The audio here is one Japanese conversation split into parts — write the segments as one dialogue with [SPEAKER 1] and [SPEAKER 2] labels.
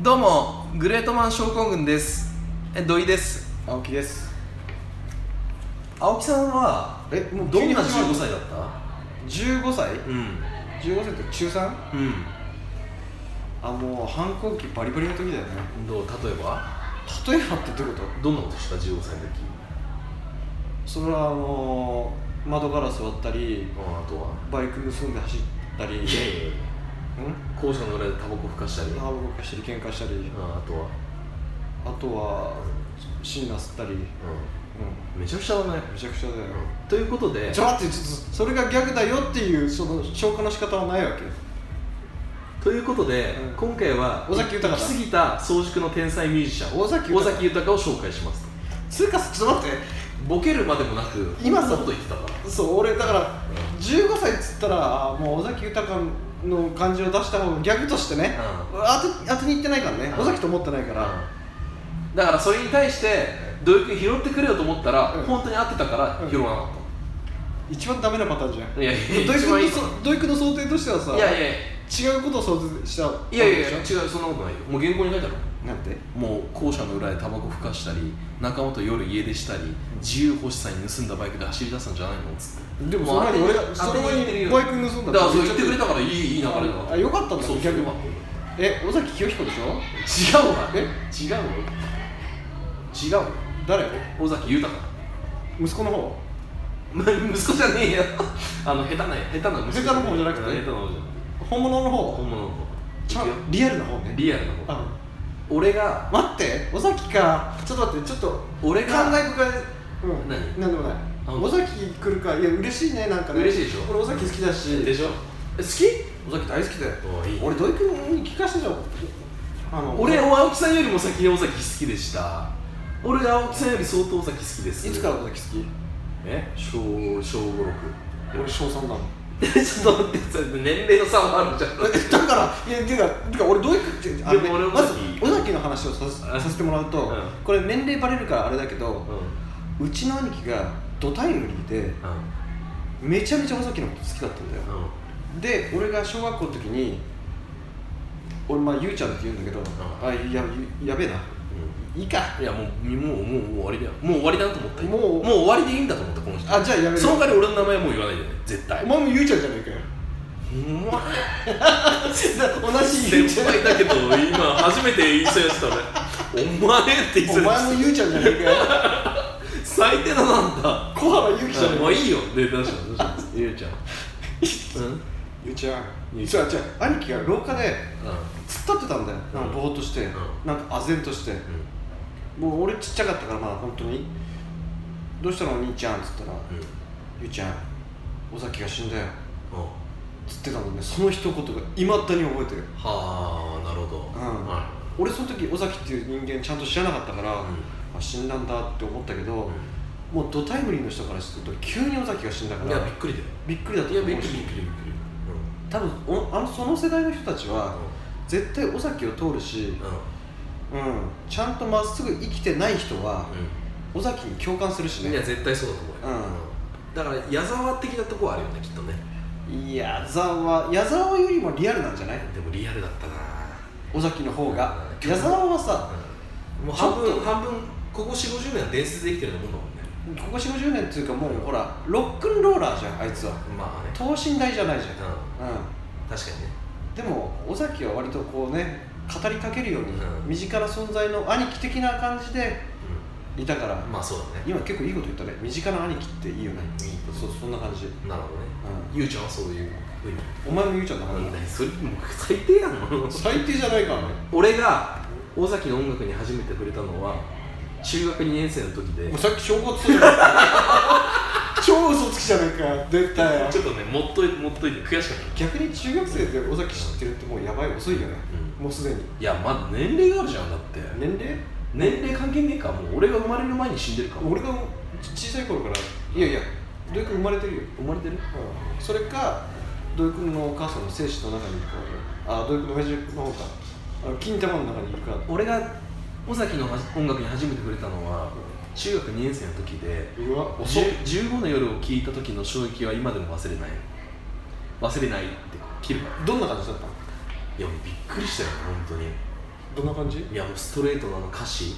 [SPEAKER 1] どうもグレートマン症候群ですえ土井です
[SPEAKER 2] 青木です
[SPEAKER 1] 青木さんは
[SPEAKER 2] え
[SPEAKER 1] も
[SPEAKER 2] も
[SPEAKER 1] う
[SPEAKER 2] う
[SPEAKER 1] ど
[SPEAKER 2] ど
[SPEAKER 1] ん
[SPEAKER 2] ん
[SPEAKER 1] な
[SPEAKER 2] な
[SPEAKER 1] 15
[SPEAKER 2] 15
[SPEAKER 1] 歳だった
[SPEAKER 2] 15歳
[SPEAKER 1] うん
[SPEAKER 2] 15歳って中 3?
[SPEAKER 1] う
[SPEAKER 2] あもう反抗期バリバリの時だよね
[SPEAKER 1] んどう例えば
[SPEAKER 2] 例えばってどういうこ
[SPEAKER 1] ど
[SPEAKER 2] と
[SPEAKER 1] んなことした15歳の時
[SPEAKER 2] それはあのー窓ガラス割ったり
[SPEAKER 1] ああとは
[SPEAKER 2] バイク盗んで走ったりう
[SPEAKER 1] い
[SPEAKER 2] ん
[SPEAKER 1] やいやいや校舎の裏でタバコふかしたりあ
[SPEAKER 2] 歯動かしたり喧嘩したり
[SPEAKER 1] あとは
[SPEAKER 2] あとは椎名吸ったりう
[SPEAKER 1] う
[SPEAKER 2] ん
[SPEAKER 1] んめちゃくちゃだね
[SPEAKER 2] めちゃくちゃだよ、
[SPEAKER 1] ということで
[SPEAKER 2] ちょっと待ってちょっとそれがギャグだよっていうその消化の仕方はないわけ
[SPEAKER 1] ということで、
[SPEAKER 2] うん
[SPEAKER 1] 今回は
[SPEAKER 2] 尾崎豊だ
[SPEAKER 1] 行き過ぎた早熟の天才ミュージシャン
[SPEAKER 2] 尾崎豊
[SPEAKER 1] 豊を紹介します
[SPEAKER 2] つうかちょっと待って
[SPEAKER 1] ボケるまでもなく
[SPEAKER 2] 今さ
[SPEAKER 1] そっと言ってたから
[SPEAKER 2] そう俺だから15歳っつったらあーもう尾崎豊の感じを出した方がギャグとしてね、
[SPEAKER 1] う
[SPEAKER 2] 当て当てにいってないからね
[SPEAKER 1] うん
[SPEAKER 2] 尾崎と思ってないから、
[SPEAKER 1] だからそれに対して土井君拾ってくれよと思ったら、
[SPEAKER 2] うん
[SPEAKER 1] 本当に合ってたから拾わなかっ
[SPEAKER 2] 一番ダメなパターンじゃん
[SPEAKER 1] た、いやいや
[SPEAKER 2] 土井
[SPEAKER 1] 一
[SPEAKER 2] 君
[SPEAKER 1] 番い
[SPEAKER 2] の
[SPEAKER 1] い
[SPEAKER 2] そ土井君の想定としてはさ
[SPEAKER 1] いやいや
[SPEAKER 2] 違うことを想定したわ
[SPEAKER 1] い
[SPEAKER 2] け
[SPEAKER 1] やいやいや
[SPEAKER 2] で
[SPEAKER 1] 違う
[SPEAKER 2] し
[SPEAKER 1] そんなことないよもう原稿に書いてある
[SPEAKER 2] ょなんて
[SPEAKER 1] もう校舎の裏でタバコふかしたり仲間と夜家出したり自由欲しさに盗んだバイクで走り出したんじゃないのっつって
[SPEAKER 2] でもその前に俺が
[SPEAKER 1] 当
[SPEAKER 2] そ
[SPEAKER 1] てに
[SPEAKER 2] の前
[SPEAKER 1] 行ってるよ
[SPEAKER 2] にバイク盗んだ
[SPEAKER 1] だからそう言ってくれたからいいいい流れだな
[SPEAKER 2] あよかったんだ
[SPEAKER 1] そう
[SPEAKER 2] 逆に
[SPEAKER 1] そう
[SPEAKER 2] え尾崎清彦でしょ
[SPEAKER 1] 違うわ
[SPEAKER 2] え
[SPEAKER 1] 違うわ違うわ
[SPEAKER 2] 誰
[SPEAKER 1] 尾崎豊
[SPEAKER 2] 息子の方
[SPEAKER 1] ま息子じゃねえよ あの下手な下手な息子
[SPEAKER 2] 下手な方じゃなくて
[SPEAKER 1] 下手な方じゃなくて
[SPEAKER 2] 本物の
[SPEAKER 1] 本
[SPEAKER 2] 方
[SPEAKER 1] 物の方
[SPEAKER 2] ちゃ
[SPEAKER 1] いくよ
[SPEAKER 2] んリアルな方ね
[SPEAKER 1] リアルな方
[SPEAKER 2] あ
[SPEAKER 1] 俺が
[SPEAKER 2] 待って尾崎かちょっと待ってちょっと
[SPEAKER 1] 俺が
[SPEAKER 2] 考え深いうん
[SPEAKER 1] 何
[SPEAKER 2] なんでもない
[SPEAKER 1] あ
[SPEAKER 2] 尾崎来るかいや嬉しいねなんかね
[SPEAKER 1] 嬉しいでしょ
[SPEAKER 2] 俺尾崎好きだし
[SPEAKER 1] でしょえ好き
[SPEAKER 2] 尾崎大好きだよ
[SPEAKER 1] おいい
[SPEAKER 2] 俺土井君に聞かせてよあの
[SPEAKER 1] 俺青木さんよりも先に尾崎好きでした俺青木さんより相当尾崎好きです
[SPEAKER 2] いつから尾崎好き
[SPEAKER 1] え小小五六
[SPEAKER 2] 俺小3だもん
[SPEAKER 1] ちょっと待ってそれ年齢の差もあるじゃん
[SPEAKER 2] えだからいやてかてか俺どういうってあのね
[SPEAKER 1] でも俺尾
[SPEAKER 2] まず
[SPEAKER 1] 崎
[SPEAKER 2] 尾崎の話をさせ
[SPEAKER 1] あ
[SPEAKER 2] させてもらうと、
[SPEAKER 1] うん
[SPEAKER 2] これ年齢バレるからあれだけど
[SPEAKER 1] う、
[SPEAKER 2] うちの兄貴がドタイムリーで
[SPEAKER 1] ん
[SPEAKER 2] めちゃめちゃ尾崎のこと好きだったんだよ、
[SPEAKER 1] うん
[SPEAKER 2] で俺が小学校の時に俺まあゆうちゃんって言うんだけど、
[SPEAKER 1] ん
[SPEAKER 2] あいやゆやべえな、いいか
[SPEAKER 1] いやもうもうもうもう終わりだよもう終わりだなと思った
[SPEAKER 2] もう
[SPEAKER 1] もう終わりでいいんだと思ったこの人
[SPEAKER 2] あじゃあやめる
[SPEAKER 1] その代わり俺の名前もう言わないでね絶対
[SPEAKER 2] お前もゆうちゃんじゃねえか よ
[SPEAKER 1] うまい
[SPEAKER 2] 同じゆうち
[SPEAKER 1] 先
[SPEAKER 2] ゃん
[SPEAKER 1] 輩だけど今初めて言いそうやつだねお前って言い
[SPEAKER 2] お
[SPEAKER 1] そうや
[SPEAKER 2] 前もゆうちゃんじゃねえかよ
[SPEAKER 1] つ最低だなんだ
[SPEAKER 2] 小原ゆうきじゃねえか
[SPEAKER 1] も
[SPEAKER 2] よ
[SPEAKER 1] ういいよで出しょ出しょゆうちゃんうん
[SPEAKER 2] ゆうちゃん
[SPEAKER 1] ゆうち
[SPEAKER 2] じ
[SPEAKER 1] ゃ
[SPEAKER 2] ゃ
[SPEAKER 1] ん
[SPEAKER 2] あじゃあ兄貴が廊下
[SPEAKER 1] う
[SPEAKER 2] で突っ立ってたんだよなんかぼーっとして、
[SPEAKER 1] ん
[SPEAKER 2] なんか唖然として、
[SPEAKER 1] ん
[SPEAKER 2] もう俺ちっちゃかったからまだ本当に「どうしたのお兄ちゃん」っつったら
[SPEAKER 1] うんうん
[SPEAKER 2] 「ゆうちゃん尾崎が死んだよ」つってたのねその一言がいまだに覚えてる
[SPEAKER 1] はあなるほど
[SPEAKER 2] うん
[SPEAKER 1] は
[SPEAKER 2] 俺その時尾崎っていう人間ちゃんと知らなかったから、
[SPEAKER 1] ん
[SPEAKER 2] あ死んだんだって思ったけど、もうドタイムリーの人からすると急に尾崎が死んだか
[SPEAKER 1] いいや
[SPEAKER 2] ら
[SPEAKER 1] びっくりだよ
[SPEAKER 2] びっくりだった
[SPEAKER 1] い
[SPEAKER 2] と
[SPEAKER 1] や
[SPEAKER 2] 思
[SPEAKER 1] びっ
[SPEAKER 2] う
[SPEAKER 1] くりびっ
[SPEAKER 2] し
[SPEAKER 1] くりびっくり
[SPEAKER 2] 多分おあのその世代の人たちは絶対尾崎を通るし、
[SPEAKER 1] うん
[SPEAKER 2] うん、ちゃんとまっすぐ生きてない人は尾崎に共感するし
[SPEAKER 1] うんい
[SPEAKER 2] ね
[SPEAKER 1] や絶対そうだと思うようんだから矢沢的なとこはあるよねきっとね
[SPEAKER 2] いや矢沢矢沢よりもリアルなんじゃない
[SPEAKER 1] でもリアルだったな
[SPEAKER 2] 尾崎の方が
[SPEAKER 1] うん
[SPEAKER 2] 矢沢はさ
[SPEAKER 1] うんもう半
[SPEAKER 2] ちょ
[SPEAKER 1] 分
[SPEAKER 2] っと
[SPEAKER 1] 半分ここ4 5 0年は伝説できてるようなもんだもんね
[SPEAKER 2] ここ4 5 0年っていうかもうほらロックンローラーじゃんあいつは
[SPEAKER 1] まあね
[SPEAKER 2] 等身大じゃないじゃん
[SPEAKER 1] う
[SPEAKER 2] うん
[SPEAKER 1] 確かにね
[SPEAKER 2] んでも尾崎は割とこうね語りかけるように
[SPEAKER 1] うん
[SPEAKER 2] 身近な存在の兄貴的な感じでいたから
[SPEAKER 1] まあそうだね
[SPEAKER 2] 今結構いいこと言ったね身近な兄貴っていいよね
[SPEAKER 1] いいこと
[SPEAKER 2] そうそんな感じ
[SPEAKER 1] なるほどね
[SPEAKER 2] う
[SPEAKER 1] ゆうちゃんはそういうふうに
[SPEAKER 2] お前もゆうちゃんだから
[SPEAKER 1] 何それもう最低やん
[SPEAKER 2] 最低じゃないからね
[SPEAKER 1] 俺が尾崎の音楽に初めて触れたのは中学2年生の時で
[SPEAKER 2] もうさっき証拠つけた 超嘘つきじゃないか絶対
[SPEAKER 1] ちょっとね持っとい持っといて悔しかった
[SPEAKER 2] 逆に中学生で尾崎知ってるってもうやばい遅いよね、もうすでに
[SPEAKER 1] いやまだ年齢があるじゃんだって
[SPEAKER 2] 年齢
[SPEAKER 1] 年齢関係ねえかもう俺が生まれる前に死んでるかも
[SPEAKER 2] 俺がち小さい頃からいやいや土井君生まれてるよ、
[SPEAKER 1] 生まれてる
[SPEAKER 2] うん、それか土井君のお母さんの精子の中にいるかあ土井君の親父の方かあの金玉の中にいるか
[SPEAKER 1] 俺が尾崎のはじ音楽に初めて触れたのは中学2年生の時で
[SPEAKER 2] うわ遅っ
[SPEAKER 1] 10 15の夜を聞いた時の衝撃は今でも忘れない忘れないって切るから
[SPEAKER 2] どんな感じだったの
[SPEAKER 1] いやもうびっくりしたよ本当に
[SPEAKER 2] どんな感じうん
[SPEAKER 1] いやもうストレートなあの歌詞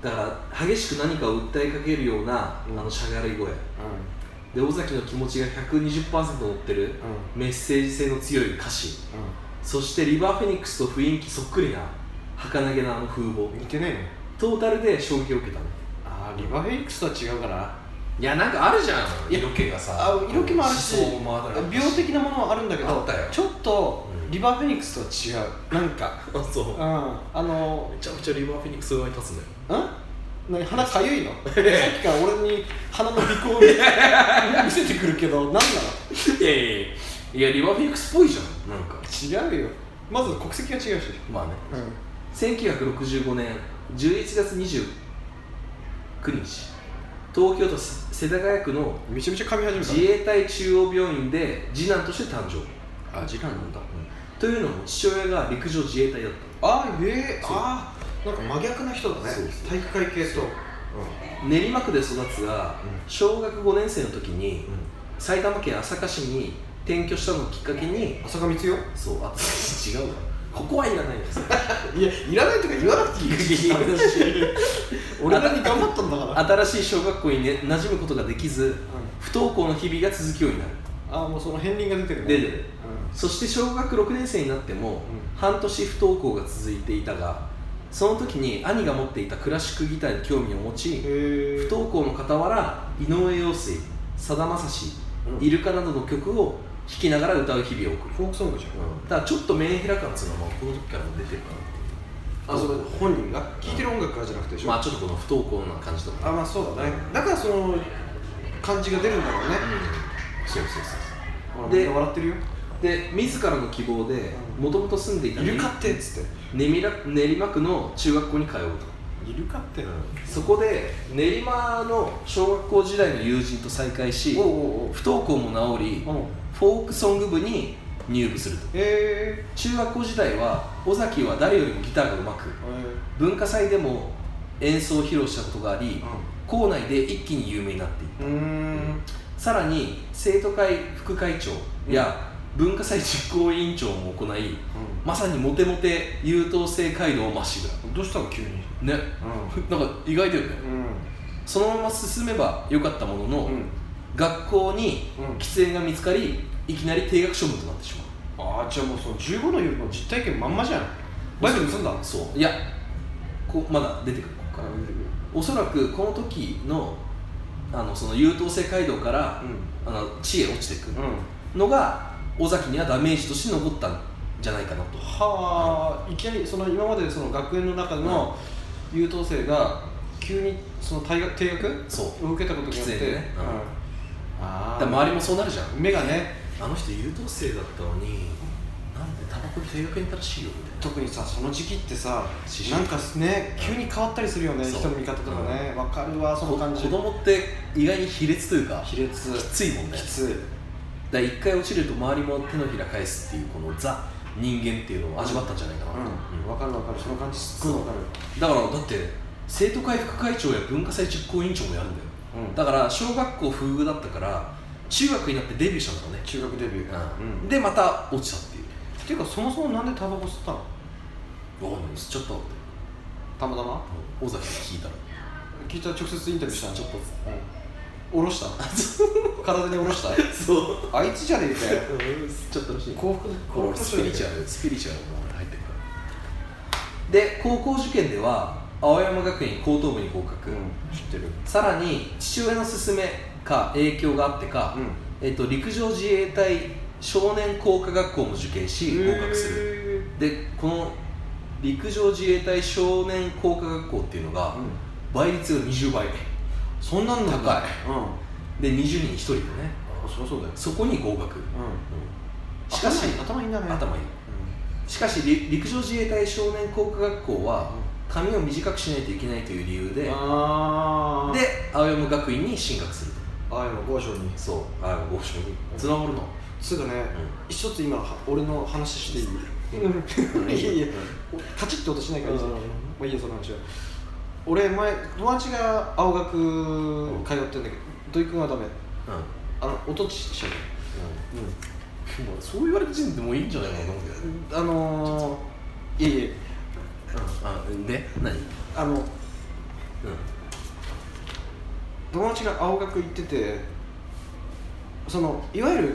[SPEAKER 1] だから激しく何かを訴えかけるような、
[SPEAKER 2] うん
[SPEAKER 1] あのしゃがれ声で尾崎の気持ちが120%乗ってる
[SPEAKER 2] うん
[SPEAKER 1] メッセージ性の強い歌詞
[SPEAKER 2] う
[SPEAKER 1] そしてリバーフェニックスと雰囲気そっくりな儚げなあの風貌
[SPEAKER 2] ん似てねえの
[SPEAKER 1] トータルで衝撃を受けたの
[SPEAKER 2] あーリバーフェニックスとは違うから
[SPEAKER 1] いやなんかあるじゃん
[SPEAKER 2] いや
[SPEAKER 1] 色気がさ
[SPEAKER 2] あ色気もあるし
[SPEAKER 1] 思想もある
[SPEAKER 2] 病的なものはあるんだけ
[SPEAKER 1] あ
[SPEAKER 2] ど
[SPEAKER 1] ったよ
[SPEAKER 2] ちょっと
[SPEAKER 1] うん
[SPEAKER 2] リバーフェニックスとは違うなんか
[SPEAKER 1] あそう
[SPEAKER 2] うんあの
[SPEAKER 1] めちゃくちゃリバーフェニックス側に立つのよ
[SPEAKER 2] ん何鼻かゆいのさっきから俺に鼻の鼻孔を見せてくるけど何なの
[SPEAKER 1] いやいやいやいやリバーフェニックスっぽいじゃんなんか
[SPEAKER 2] 違うよまず国籍が違うし
[SPEAKER 1] まあね
[SPEAKER 2] うん
[SPEAKER 1] 1965年11月29日東京都世田谷区の
[SPEAKER 2] めちゃめちゃ噛み始
[SPEAKER 1] 自
[SPEAKER 2] め
[SPEAKER 1] 衛隊中央病院で次男として誕生
[SPEAKER 2] たあ時間なんだ
[SPEAKER 1] というのも父親が陸上自衛隊だっ
[SPEAKER 2] あーえー、
[SPEAKER 1] そう
[SPEAKER 2] あーなんか真逆な人だね
[SPEAKER 1] そうそう
[SPEAKER 2] 体育会系と
[SPEAKER 1] そうたの練馬区で育つが
[SPEAKER 2] う
[SPEAKER 1] 小学5年生の時に
[SPEAKER 2] うん
[SPEAKER 1] 埼玉県朝霞市に転居したのをきっかけに
[SPEAKER 2] 浅香光代
[SPEAKER 1] そうあ違うわここはいらないん です
[SPEAKER 2] いやいらないとか言わなくていい俺なりに頑張ったんだから
[SPEAKER 1] 新しい小学校に、ね、馴染むことができず不登校の日々が続くようになる
[SPEAKER 2] ああもうその片鱗が出てるね
[SPEAKER 1] 出てるそして小学6年生になっても、半年不登校が続いていたがその時に兄が持っていたクラシックギターに興味を持
[SPEAKER 2] うん、
[SPEAKER 1] ち
[SPEAKER 2] へえ
[SPEAKER 1] 不登校の傍ら井上陽水さだまさし
[SPEAKER 2] うん
[SPEAKER 1] イルカなどの曲を弾きながら歌う日々を送る、
[SPEAKER 2] フォークソングじ
[SPEAKER 1] だからちょっとメンヘラ感っていうのはまあこの時からも出てるか
[SPEAKER 2] ゃんあそれ本人が聴いてる音楽からじゃなくてでしょ、
[SPEAKER 1] なまあちょっとこの不登校な感じとか
[SPEAKER 2] あまあそうだねだからその感じが出るんだろうね
[SPEAKER 1] うんそうそうそう
[SPEAKER 2] ほら
[SPEAKER 1] で
[SPEAKER 2] みんな笑ってるよ
[SPEAKER 1] そうで自らの希望で
[SPEAKER 2] うん
[SPEAKER 1] もともと住んでいた
[SPEAKER 2] イルカってっつって
[SPEAKER 1] 練馬練馬区の中学校に通うと
[SPEAKER 2] イルカってな
[SPEAKER 1] そこで練馬の小学校時代の友人と再会し
[SPEAKER 2] おうおう
[SPEAKER 1] 不登校も治り
[SPEAKER 2] おうおう
[SPEAKER 1] フォークソング部に入部すると
[SPEAKER 2] え
[SPEAKER 1] 中学校時代は尾崎は誰よりもギターが上手く
[SPEAKER 2] ー、え
[SPEAKER 1] 文化祭でも演奏を披露したことがあり
[SPEAKER 2] ー
[SPEAKER 1] 校内で一気に有名になっていった
[SPEAKER 2] うんうーん
[SPEAKER 1] さらに生徒会副会長や文化祭実行委員長も行いまさにモテモテ優等生街道をまっしぐ
[SPEAKER 2] うんどうしたの急に
[SPEAKER 1] らねなんか意外だよね
[SPEAKER 2] うん
[SPEAKER 1] そのまま進めばよかったものの、
[SPEAKER 2] うんうん
[SPEAKER 1] 学校に喫煙が見つかりいきなり定額処分となってしまう
[SPEAKER 2] ああじゃあもうその15の夜の実体験まんまじゃんバイク盗んだの
[SPEAKER 1] そういやこまだ出てくるここからおそらくこの時のあのその優等生街道から、あの地へ落ちていく
[SPEAKER 2] うん
[SPEAKER 1] のが尾崎にはダメージとして残ったんじゃないかなと
[SPEAKER 2] はあいきなりその今までその学園の中の優等生が急にその退学定額
[SPEAKER 1] そう
[SPEAKER 2] を受けたことによって、
[SPEAKER 1] 喫煙でねうん
[SPEAKER 2] うんあ
[SPEAKER 1] だ
[SPEAKER 2] あ
[SPEAKER 1] から周りもそうなるじゃん
[SPEAKER 2] 目がね
[SPEAKER 1] あの人優等生だったのになんでタバコに定額にたらしいよみたいな
[SPEAKER 2] 特にさその時期ってさ
[SPEAKER 1] 思
[SPEAKER 2] なん
[SPEAKER 1] 春期
[SPEAKER 2] かね急に変わったりするよね
[SPEAKER 1] そう
[SPEAKER 2] 人の見方とかねわ、かるわその感じ
[SPEAKER 1] 子供って意外に卑劣というか
[SPEAKER 2] 卑劣
[SPEAKER 1] きついもんね
[SPEAKER 2] きつい
[SPEAKER 1] だから一回落ちると周りも手のひら返すっていうこのザ人間っていうのを味わったんじゃないかなと、
[SPEAKER 2] うん
[SPEAKER 1] うん
[SPEAKER 2] わかるわかるその感じすっごいわかる
[SPEAKER 1] だからだって生徒会副会長や文化祭実行委員長もやるんだよ
[SPEAKER 2] うん
[SPEAKER 1] だから小学校不遇だったから中学になってデビューしたんだろうね、
[SPEAKER 2] 中学デビュー、
[SPEAKER 1] うん
[SPEAKER 2] で
[SPEAKER 1] でまた落ちたっていう
[SPEAKER 2] っていうかそもそもなんでタバコ吸ったの
[SPEAKER 1] わかんない吸っちゃったって
[SPEAKER 2] たまたま
[SPEAKER 1] 尾崎に聞いたら
[SPEAKER 2] 聞いたら直接インタビューしたの
[SPEAKER 1] ちょっと
[SPEAKER 2] うん、下ろ した体に下ろした
[SPEAKER 1] そう
[SPEAKER 2] あいつじゃねえかよ
[SPEAKER 1] 吸っちゃったらしい
[SPEAKER 2] 幸福
[SPEAKER 1] これ俺スピリチュアルスピリチュアルも入ってるからで高校受験では青山学院高等部に合格、
[SPEAKER 2] うん知ってる
[SPEAKER 1] さらに父親の勧めか影響があってか、
[SPEAKER 2] ん
[SPEAKER 1] えっと陸上自衛隊少年工科学校も受験し合格する
[SPEAKER 2] る
[SPEAKER 1] でこの陸上自衛隊少年工科学校っていうのが倍率が20倍
[SPEAKER 2] そんなんだ
[SPEAKER 1] 高い
[SPEAKER 2] うん
[SPEAKER 1] で20人に1人でね
[SPEAKER 2] あそりゃそうだよ
[SPEAKER 1] そこに合格、
[SPEAKER 2] う
[SPEAKER 1] しかし
[SPEAKER 2] 頭いい頭いいんだね
[SPEAKER 1] 頭いい
[SPEAKER 2] うん
[SPEAKER 1] しかしり陸上自衛隊少年工科学校は髪を短くしないといけないという理由で、
[SPEAKER 2] あ
[SPEAKER 1] で青山学院に進学すると
[SPEAKER 2] ああやの豪商に
[SPEAKER 1] そうあ合唱につながるの、
[SPEAKER 2] すぐね一つ今は俺の話していい
[SPEAKER 1] うん、
[SPEAKER 2] いやいやカチッて音しないからいいじゃん
[SPEAKER 1] うん
[SPEAKER 2] まあいいよその話は俺前友達が青学通ってんだけど土井君はダメ
[SPEAKER 1] うんうん
[SPEAKER 2] あの音ちっちゃい
[SPEAKER 1] そう言われる時点でもういいんじゃないかなと思うけど
[SPEAKER 2] うんあのーいえいえ
[SPEAKER 1] あで何うん
[SPEAKER 2] あの友達が青学行っててそのいわゆる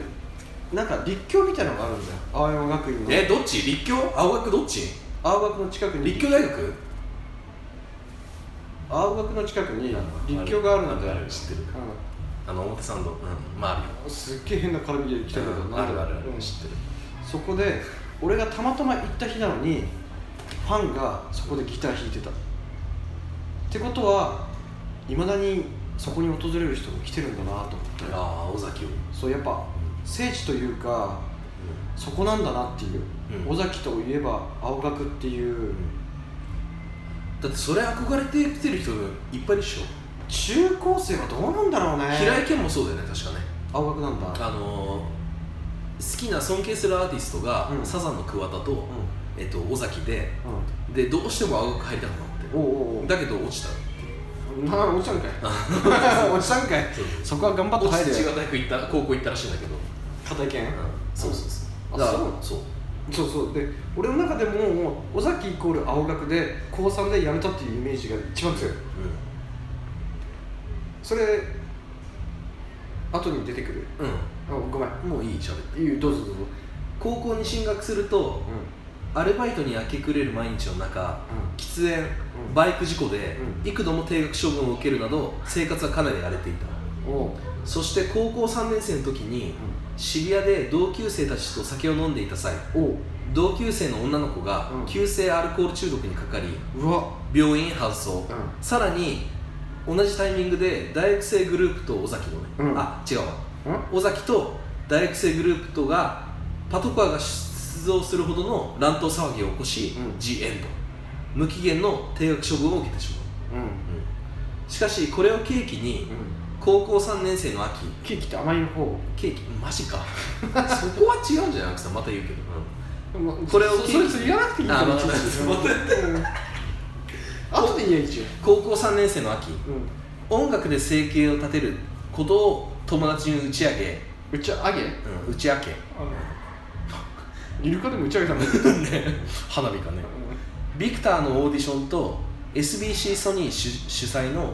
[SPEAKER 2] なんか立教みたいなのがあるんだよ青山学院の
[SPEAKER 1] えどっち立教青学どっち
[SPEAKER 2] 青学の近くに
[SPEAKER 1] 立教大学
[SPEAKER 2] 青学の近くに
[SPEAKER 1] うん
[SPEAKER 2] 立教があるんだよ
[SPEAKER 1] ある知ってる
[SPEAKER 2] う
[SPEAKER 1] あの表参道うんまああるよ
[SPEAKER 2] んすっげえ変な絡みで来たけど、
[SPEAKER 1] うん
[SPEAKER 2] な
[SPEAKER 1] あ
[SPEAKER 2] ん
[SPEAKER 1] る
[SPEAKER 2] だ
[SPEAKER 1] あ
[SPEAKER 2] ろ
[SPEAKER 1] る
[SPEAKER 2] う
[SPEAKER 1] ある
[SPEAKER 2] うん
[SPEAKER 1] 知ってる
[SPEAKER 2] そこで俺がたまたま行った日なのにファンがそこでギター弾いてたってことはいまだにそこに訪れる人も来てるんだなと思って
[SPEAKER 1] ああ尾崎を
[SPEAKER 2] そうやっぱ聖地というかそこなんだなってい
[SPEAKER 1] う
[SPEAKER 2] う、
[SPEAKER 1] ん
[SPEAKER 2] 尾崎といえば青学っていう
[SPEAKER 1] だってそれ憧れてきてる人いっぱいでしょ
[SPEAKER 2] 中高生はどうなんだろうね
[SPEAKER 1] 平井堅もそうだよね確かね
[SPEAKER 2] 青学なんだ
[SPEAKER 1] あのー好きな尊敬するアーティストが
[SPEAKER 2] うん
[SPEAKER 1] サザンの桑田と
[SPEAKER 2] うん
[SPEAKER 1] えっと尾崎で
[SPEAKER 2] う
[SPEAKER 1] でどうしても青学入りたくなって
[SPEAKER 2] んおうおうおう
[SPEAKER 1] だけど落ちた
[SPEAKER 2] なおじさんかい おじさんかい
[SPEAKER 1] そう
[SPEAKER 2] そこは頑張って
[SPEAKER 1] 落
[SPEAKER 2] 入
[SPEAKER 1] ちて
[SPEAKER 2] れ
[SPEAKER 1] 違
[SPEAKER 2] よ
[SPEAKER 1] う大学行った高校行ったらしいんだけど、
[SPEAKER 2] 片
[SPEAKER 1] う
[SPEAKER 2] 県
[SPEAKER 1] ん、そうそうそう
[SPEAKER 2] あ
[SPEAKER 1] だから
[SPEAKER 2] そう
[SPEAKER 1] そう
[SPEAKER 2] そうそうで俺の中でももう尾崎イコール青学で高3で辞めたっていうイメージが一番強いそれ後に出てくる
[SPEAKER 1] うん、
[SPEAKER 2] あごめん
[SPEAKER 1] うん、もういい喋って
[SPEAKER 2] いいよどうぞどうぞ
[SPEAKER 1] 高校に進学すると
[SPEAKER 2] うん
[SPEAKER 1] アルバイトに明け暮れる毎日の中喫煙
[SPEAKER 2] うん
[SPEAKER 1] バイク事故で
[SPEAKER 2] うん
[SPEAKER 1] 幾度も定額処分を受けるなど生活はかなり荒れていた
[SPEAKER 2] うんおう
[SPEAKER 1] そして高校3年生の時に渋谷で同級生たちと酒を飲んでいた際
[SPEAKER 2] おう
[SPEAKER 1] 同級生の女の子が
[SPEAKER 2] うん
[SPEAKER 1] 急性アルコール中毒にかかり
[SPEAKER 2] うわ
[SPEAKER 1] 病院へ搬送
[SPEAKER 2] う
[SPEAKER 1] さらに同じタイミングで大学生グループと尾崎のね、
[SPEAKER 2] うん
[SPEAKER 1] あ違うわ
[SPEAKER 2] ん
[SPEAKER 1] 尾崎と大学生グループとがパトカーが出動するほどの乱闘騒ぎを起こし、
[SPEAKER 2] うん
[SPEAKER 1] G エンド無期限の定額処分を受けてし
[SPEAKER 2] うんうん
[SPEAKER 1] まう、しかしこれを契機に高校3年生の秋
[SPEAKER 2] ケーキって甘い方
[SPEAKER 1] 契機マジ かそこは違うんじゃなくてまた言うけど、
[SPEAKER 2] こ
[SPEAKER 1] こ
[SPEAKER 2] れ
[SPEAKER 1] れ
[SPEAKER 2] を
[SPEAKER 1] を
[SPEAKER 2] そそれそれ言わなくていい
[SPEAKER 1] あ
[SPEAKER 2] から
[SPEAKER 1] わかった
[SPEAKER 2] あとで言え一応
[SPEAKER 1] 高校3年生の秋
[SPEAKER 2] うん
[SPEAKER 1] 音楽で生計を立てることを友達に打ち明け、
[SPEAKER 2] うちあげ
[SPEAKER 1] うん、打ち明け
[SPEAKER 2] イルカでも打ち上げ たんだけど
[SPEAKER 1] 花火かねビクターのオーディションと SBC ソニー主主催の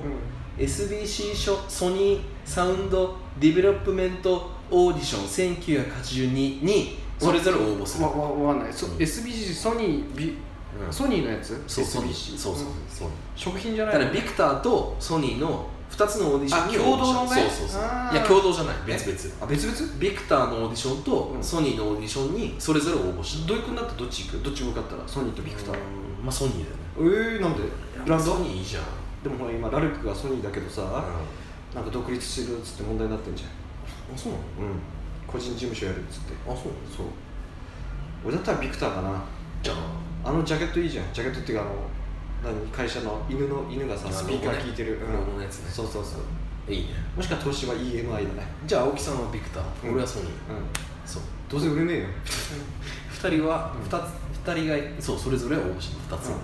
[SPEAKER 1] SBC ショソニーサウンドディベロップメントオーディション1982にそれぞれ応募する、
[SPEAKER 2] わわわかんないそ
[SPEAKER 1] うん
[SPEAKER 2] SBC ソニービ
[SPEAKER 1] うん
[SPEAKER 2] ソニーのやつ
[SPEAKER 1] そうソニー
[SPEAKER 2] SBC
[SPEAKER 1] そうそう
[SPEAKER 2] うん
[SPEAKER 1] そう
[SPEAKER 2] 食品じゃ
[SPEAKER 1] だ
[SPEAKER 2] ない
[SPEAKER 1] からビクターとソニーの2つのオーディションに
[SPEAKER 2] あ共同のね
[SPEAKER 1] 応募したそうそうそう
[SPEAKER 2] あー
[SPEAKER 1] いや共同じゃない別々
[SPEAKER 2] あ別々
[SPEAKER 1] ビクターのオーディションと
[SPEAKER 2] うん
[SPEAKER 1] ソニーのオーディションにそれぞれ応募した
[SPEAKER 2] どういう子になったらどっち行くどっちも受かったらソニーとビクター
[SPEAKER 1] うーんまあソニーだよね
[SPEAKER 2] えー、なんでブランド
[SPEAKER 1] ソニーいいじゃん
[SPEAKER 2] でもほら今ラルクがソニーだけどさ、
[SPEAKER 1] あ
[SPEAKER 2] なんか独立するっつって問題になってんじゃ
[SPEAKER 1] そうなの
[SPEAKER 2] んうん個人事務所やるっつって
[SPEAKER 1] あそうなの
[SPEAKER 2] そう俺だったらビクターかな
[SPEAKER 1] じゃ
[SPEAKER 2] あのジャケットいいじゃんジャケットっていうかあの何会社の犬の犬がさ
[SPEAKER 1] あ
[SPEAKER 2] スピーカー聞いてる、
[SPEAKER 1] ロ
[SPEAKER 2] うん
[SPEAKER 1] ゴのやつね
[SPEAKER 2] そうそうそう
[SPEAKER 1] あいいね
[SPEAKER 2] もしか東芝 EMI だね
[SPEAKER 1] じゃあ青木さんはビクター、
[SPEAKER 2] うん
[SPEAKER 1] 俺はソニー
[SPEAKER 2] うん
[SPEAKER 1] そう
[SPEAKER 2] どうせ売れねえよ
[SPEAKER 1] 2人は
[SPEAKER 2] うん
[SPEAKER 1] 2つ、二人がそうそれぞれ応募した2つをね、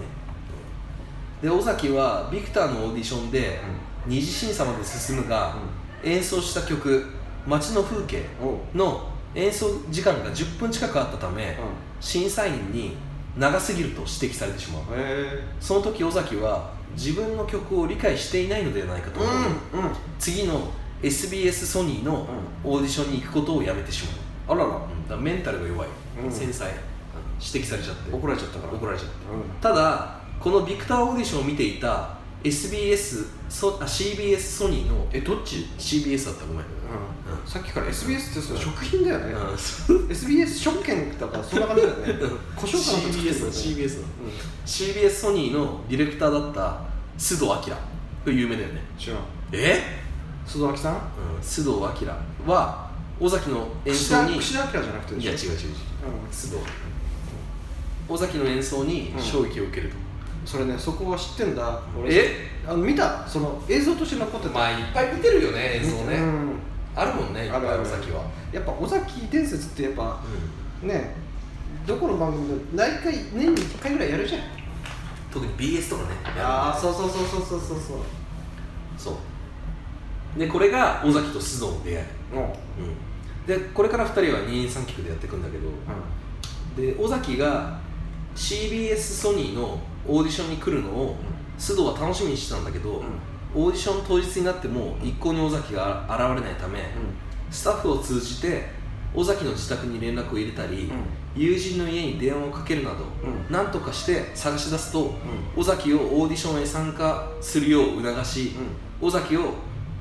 [SPEAKER 1] で尾崎はビクターのオーディションで二次審査まで進むが、演奏した曲「街の風景
[SPEAKER 2] おう」
[SPEAKER 1] の演奏時間が10分近くあったため、審査員に長すぎると指摘されてしまう
[SPEAKER 2] うんへ
[SPEAKER 1] その時尾崎は自分の曲を理解していないのではないか
[SPEAKER 2] え
[SPEAKER 1] と
[SPEAKER 2] う
[SPEAKER 1] 思い、
[SPEAKER 2] んうん
[SPEAKER 1] 次の SBS ソニーのオーディションに行くことをやめてしま
[SPEAKER 2] あらら
[SPEAKER 1] う、うんだからメンタルが弱い、
[SPEAKER 2] うん
[SPEAKER 1] 繊細指摘されちゃって
[SPEAKER 2] 怒られちゃったから
[SPEAKER 1] 怒られちゃっ
[SPEAKER 2] う
[SPEAKER 1] たただこのビクターオーディションを見ていた SBS ソあ CBS ソニーの
[SPEAKER 2] んえどっち
[SPEAKER 1] CBS だったごめん、
[SPEAKER 2] うん
[SPEAKER 1] うん
[SPEAKER 2] さっきから SBS ってその食品だよね、
[SPEAKER 1] うん、そう
[SPEAKER 2] SBS 食券だからそんな感じだよね胡椒かなんか作ってる
[SPEAKER 1] CBS
[SPEAKER 2] よ
[SPEAKER 1] だ
[SPEAKER 2] ね
[SPEAKER 1] CBS だ
[SPEAKER 2] うん
[SPEAKER 1] CBS ソニーのディレクターだった須藤明これ有名だよね
[SPEAKER 2] 知らん
[SPEAKER 1] え
[SPEAKER 2] 須藤明さん
[SPEAKER 1] 須藤明は尾崎の演奏に
[SPEAKER 2] 串田串田明じゃなくてで
[SPEAKER 1] い
[SPEAKER 2] しょ
[SPEAKER 1] や違う違う違う
[SPEAKER 2] うん
[SPEAKER 1] 須藤尾崎の演奏に
[SPEAKER 2] うん
[SPEAKER 1] 衝撃を受けると、
[SPEAKER 2] それねそこは知ってんだ
[SPEAKER 1] え
[SPEAKER 2] あの見たその映像として残ってた、
[SPEAKER 1] まあいっぱい見てるよね演奏ね、
[SPEAKER 2] うん
[SPEAKER 1] あるもんねいっぱ
[SPEAKER 2] あ
[SPEAKER 1] い
[SPEAKER 2] るある
[SPEAKER 1] 尾崎は、
[SPEAKER 2] やっぱ尾崎伝説ってやっぱ
[SPEAKER 1] うん、
[SPEAKER 2] ねどこの番組でも毎回年に1回ぐらいやるじゃん
[SPEAKER 1] 特に BS とかね
[SPEAKER 2] ああ
[SPEAKER 1] そ
[SPEAKER 2] そうそうそうそうそうそうそう
[SPEAKER 1] そうでこれが尾崎と須藤の出会い、
[SPEAKER 2] うん、うん、
[SPEAKER 1] うん、でこれから2人は二人三脚でやっていくんだけどで尾崎が CBS ソニーのオーディションに来るのを須藤は楽しみにしてたんだけど、オーディション当日になっても一向に尾崎が現れないため、スタッフを通じて尾崎の自宅に連絡を入れたり、友人の家に電話をかけるなど、
[SPEAKER 2] う
[SPEAKER 1] なんとかして探し出すと、尾崎をオーディションへ参加するよう促し、尾崎を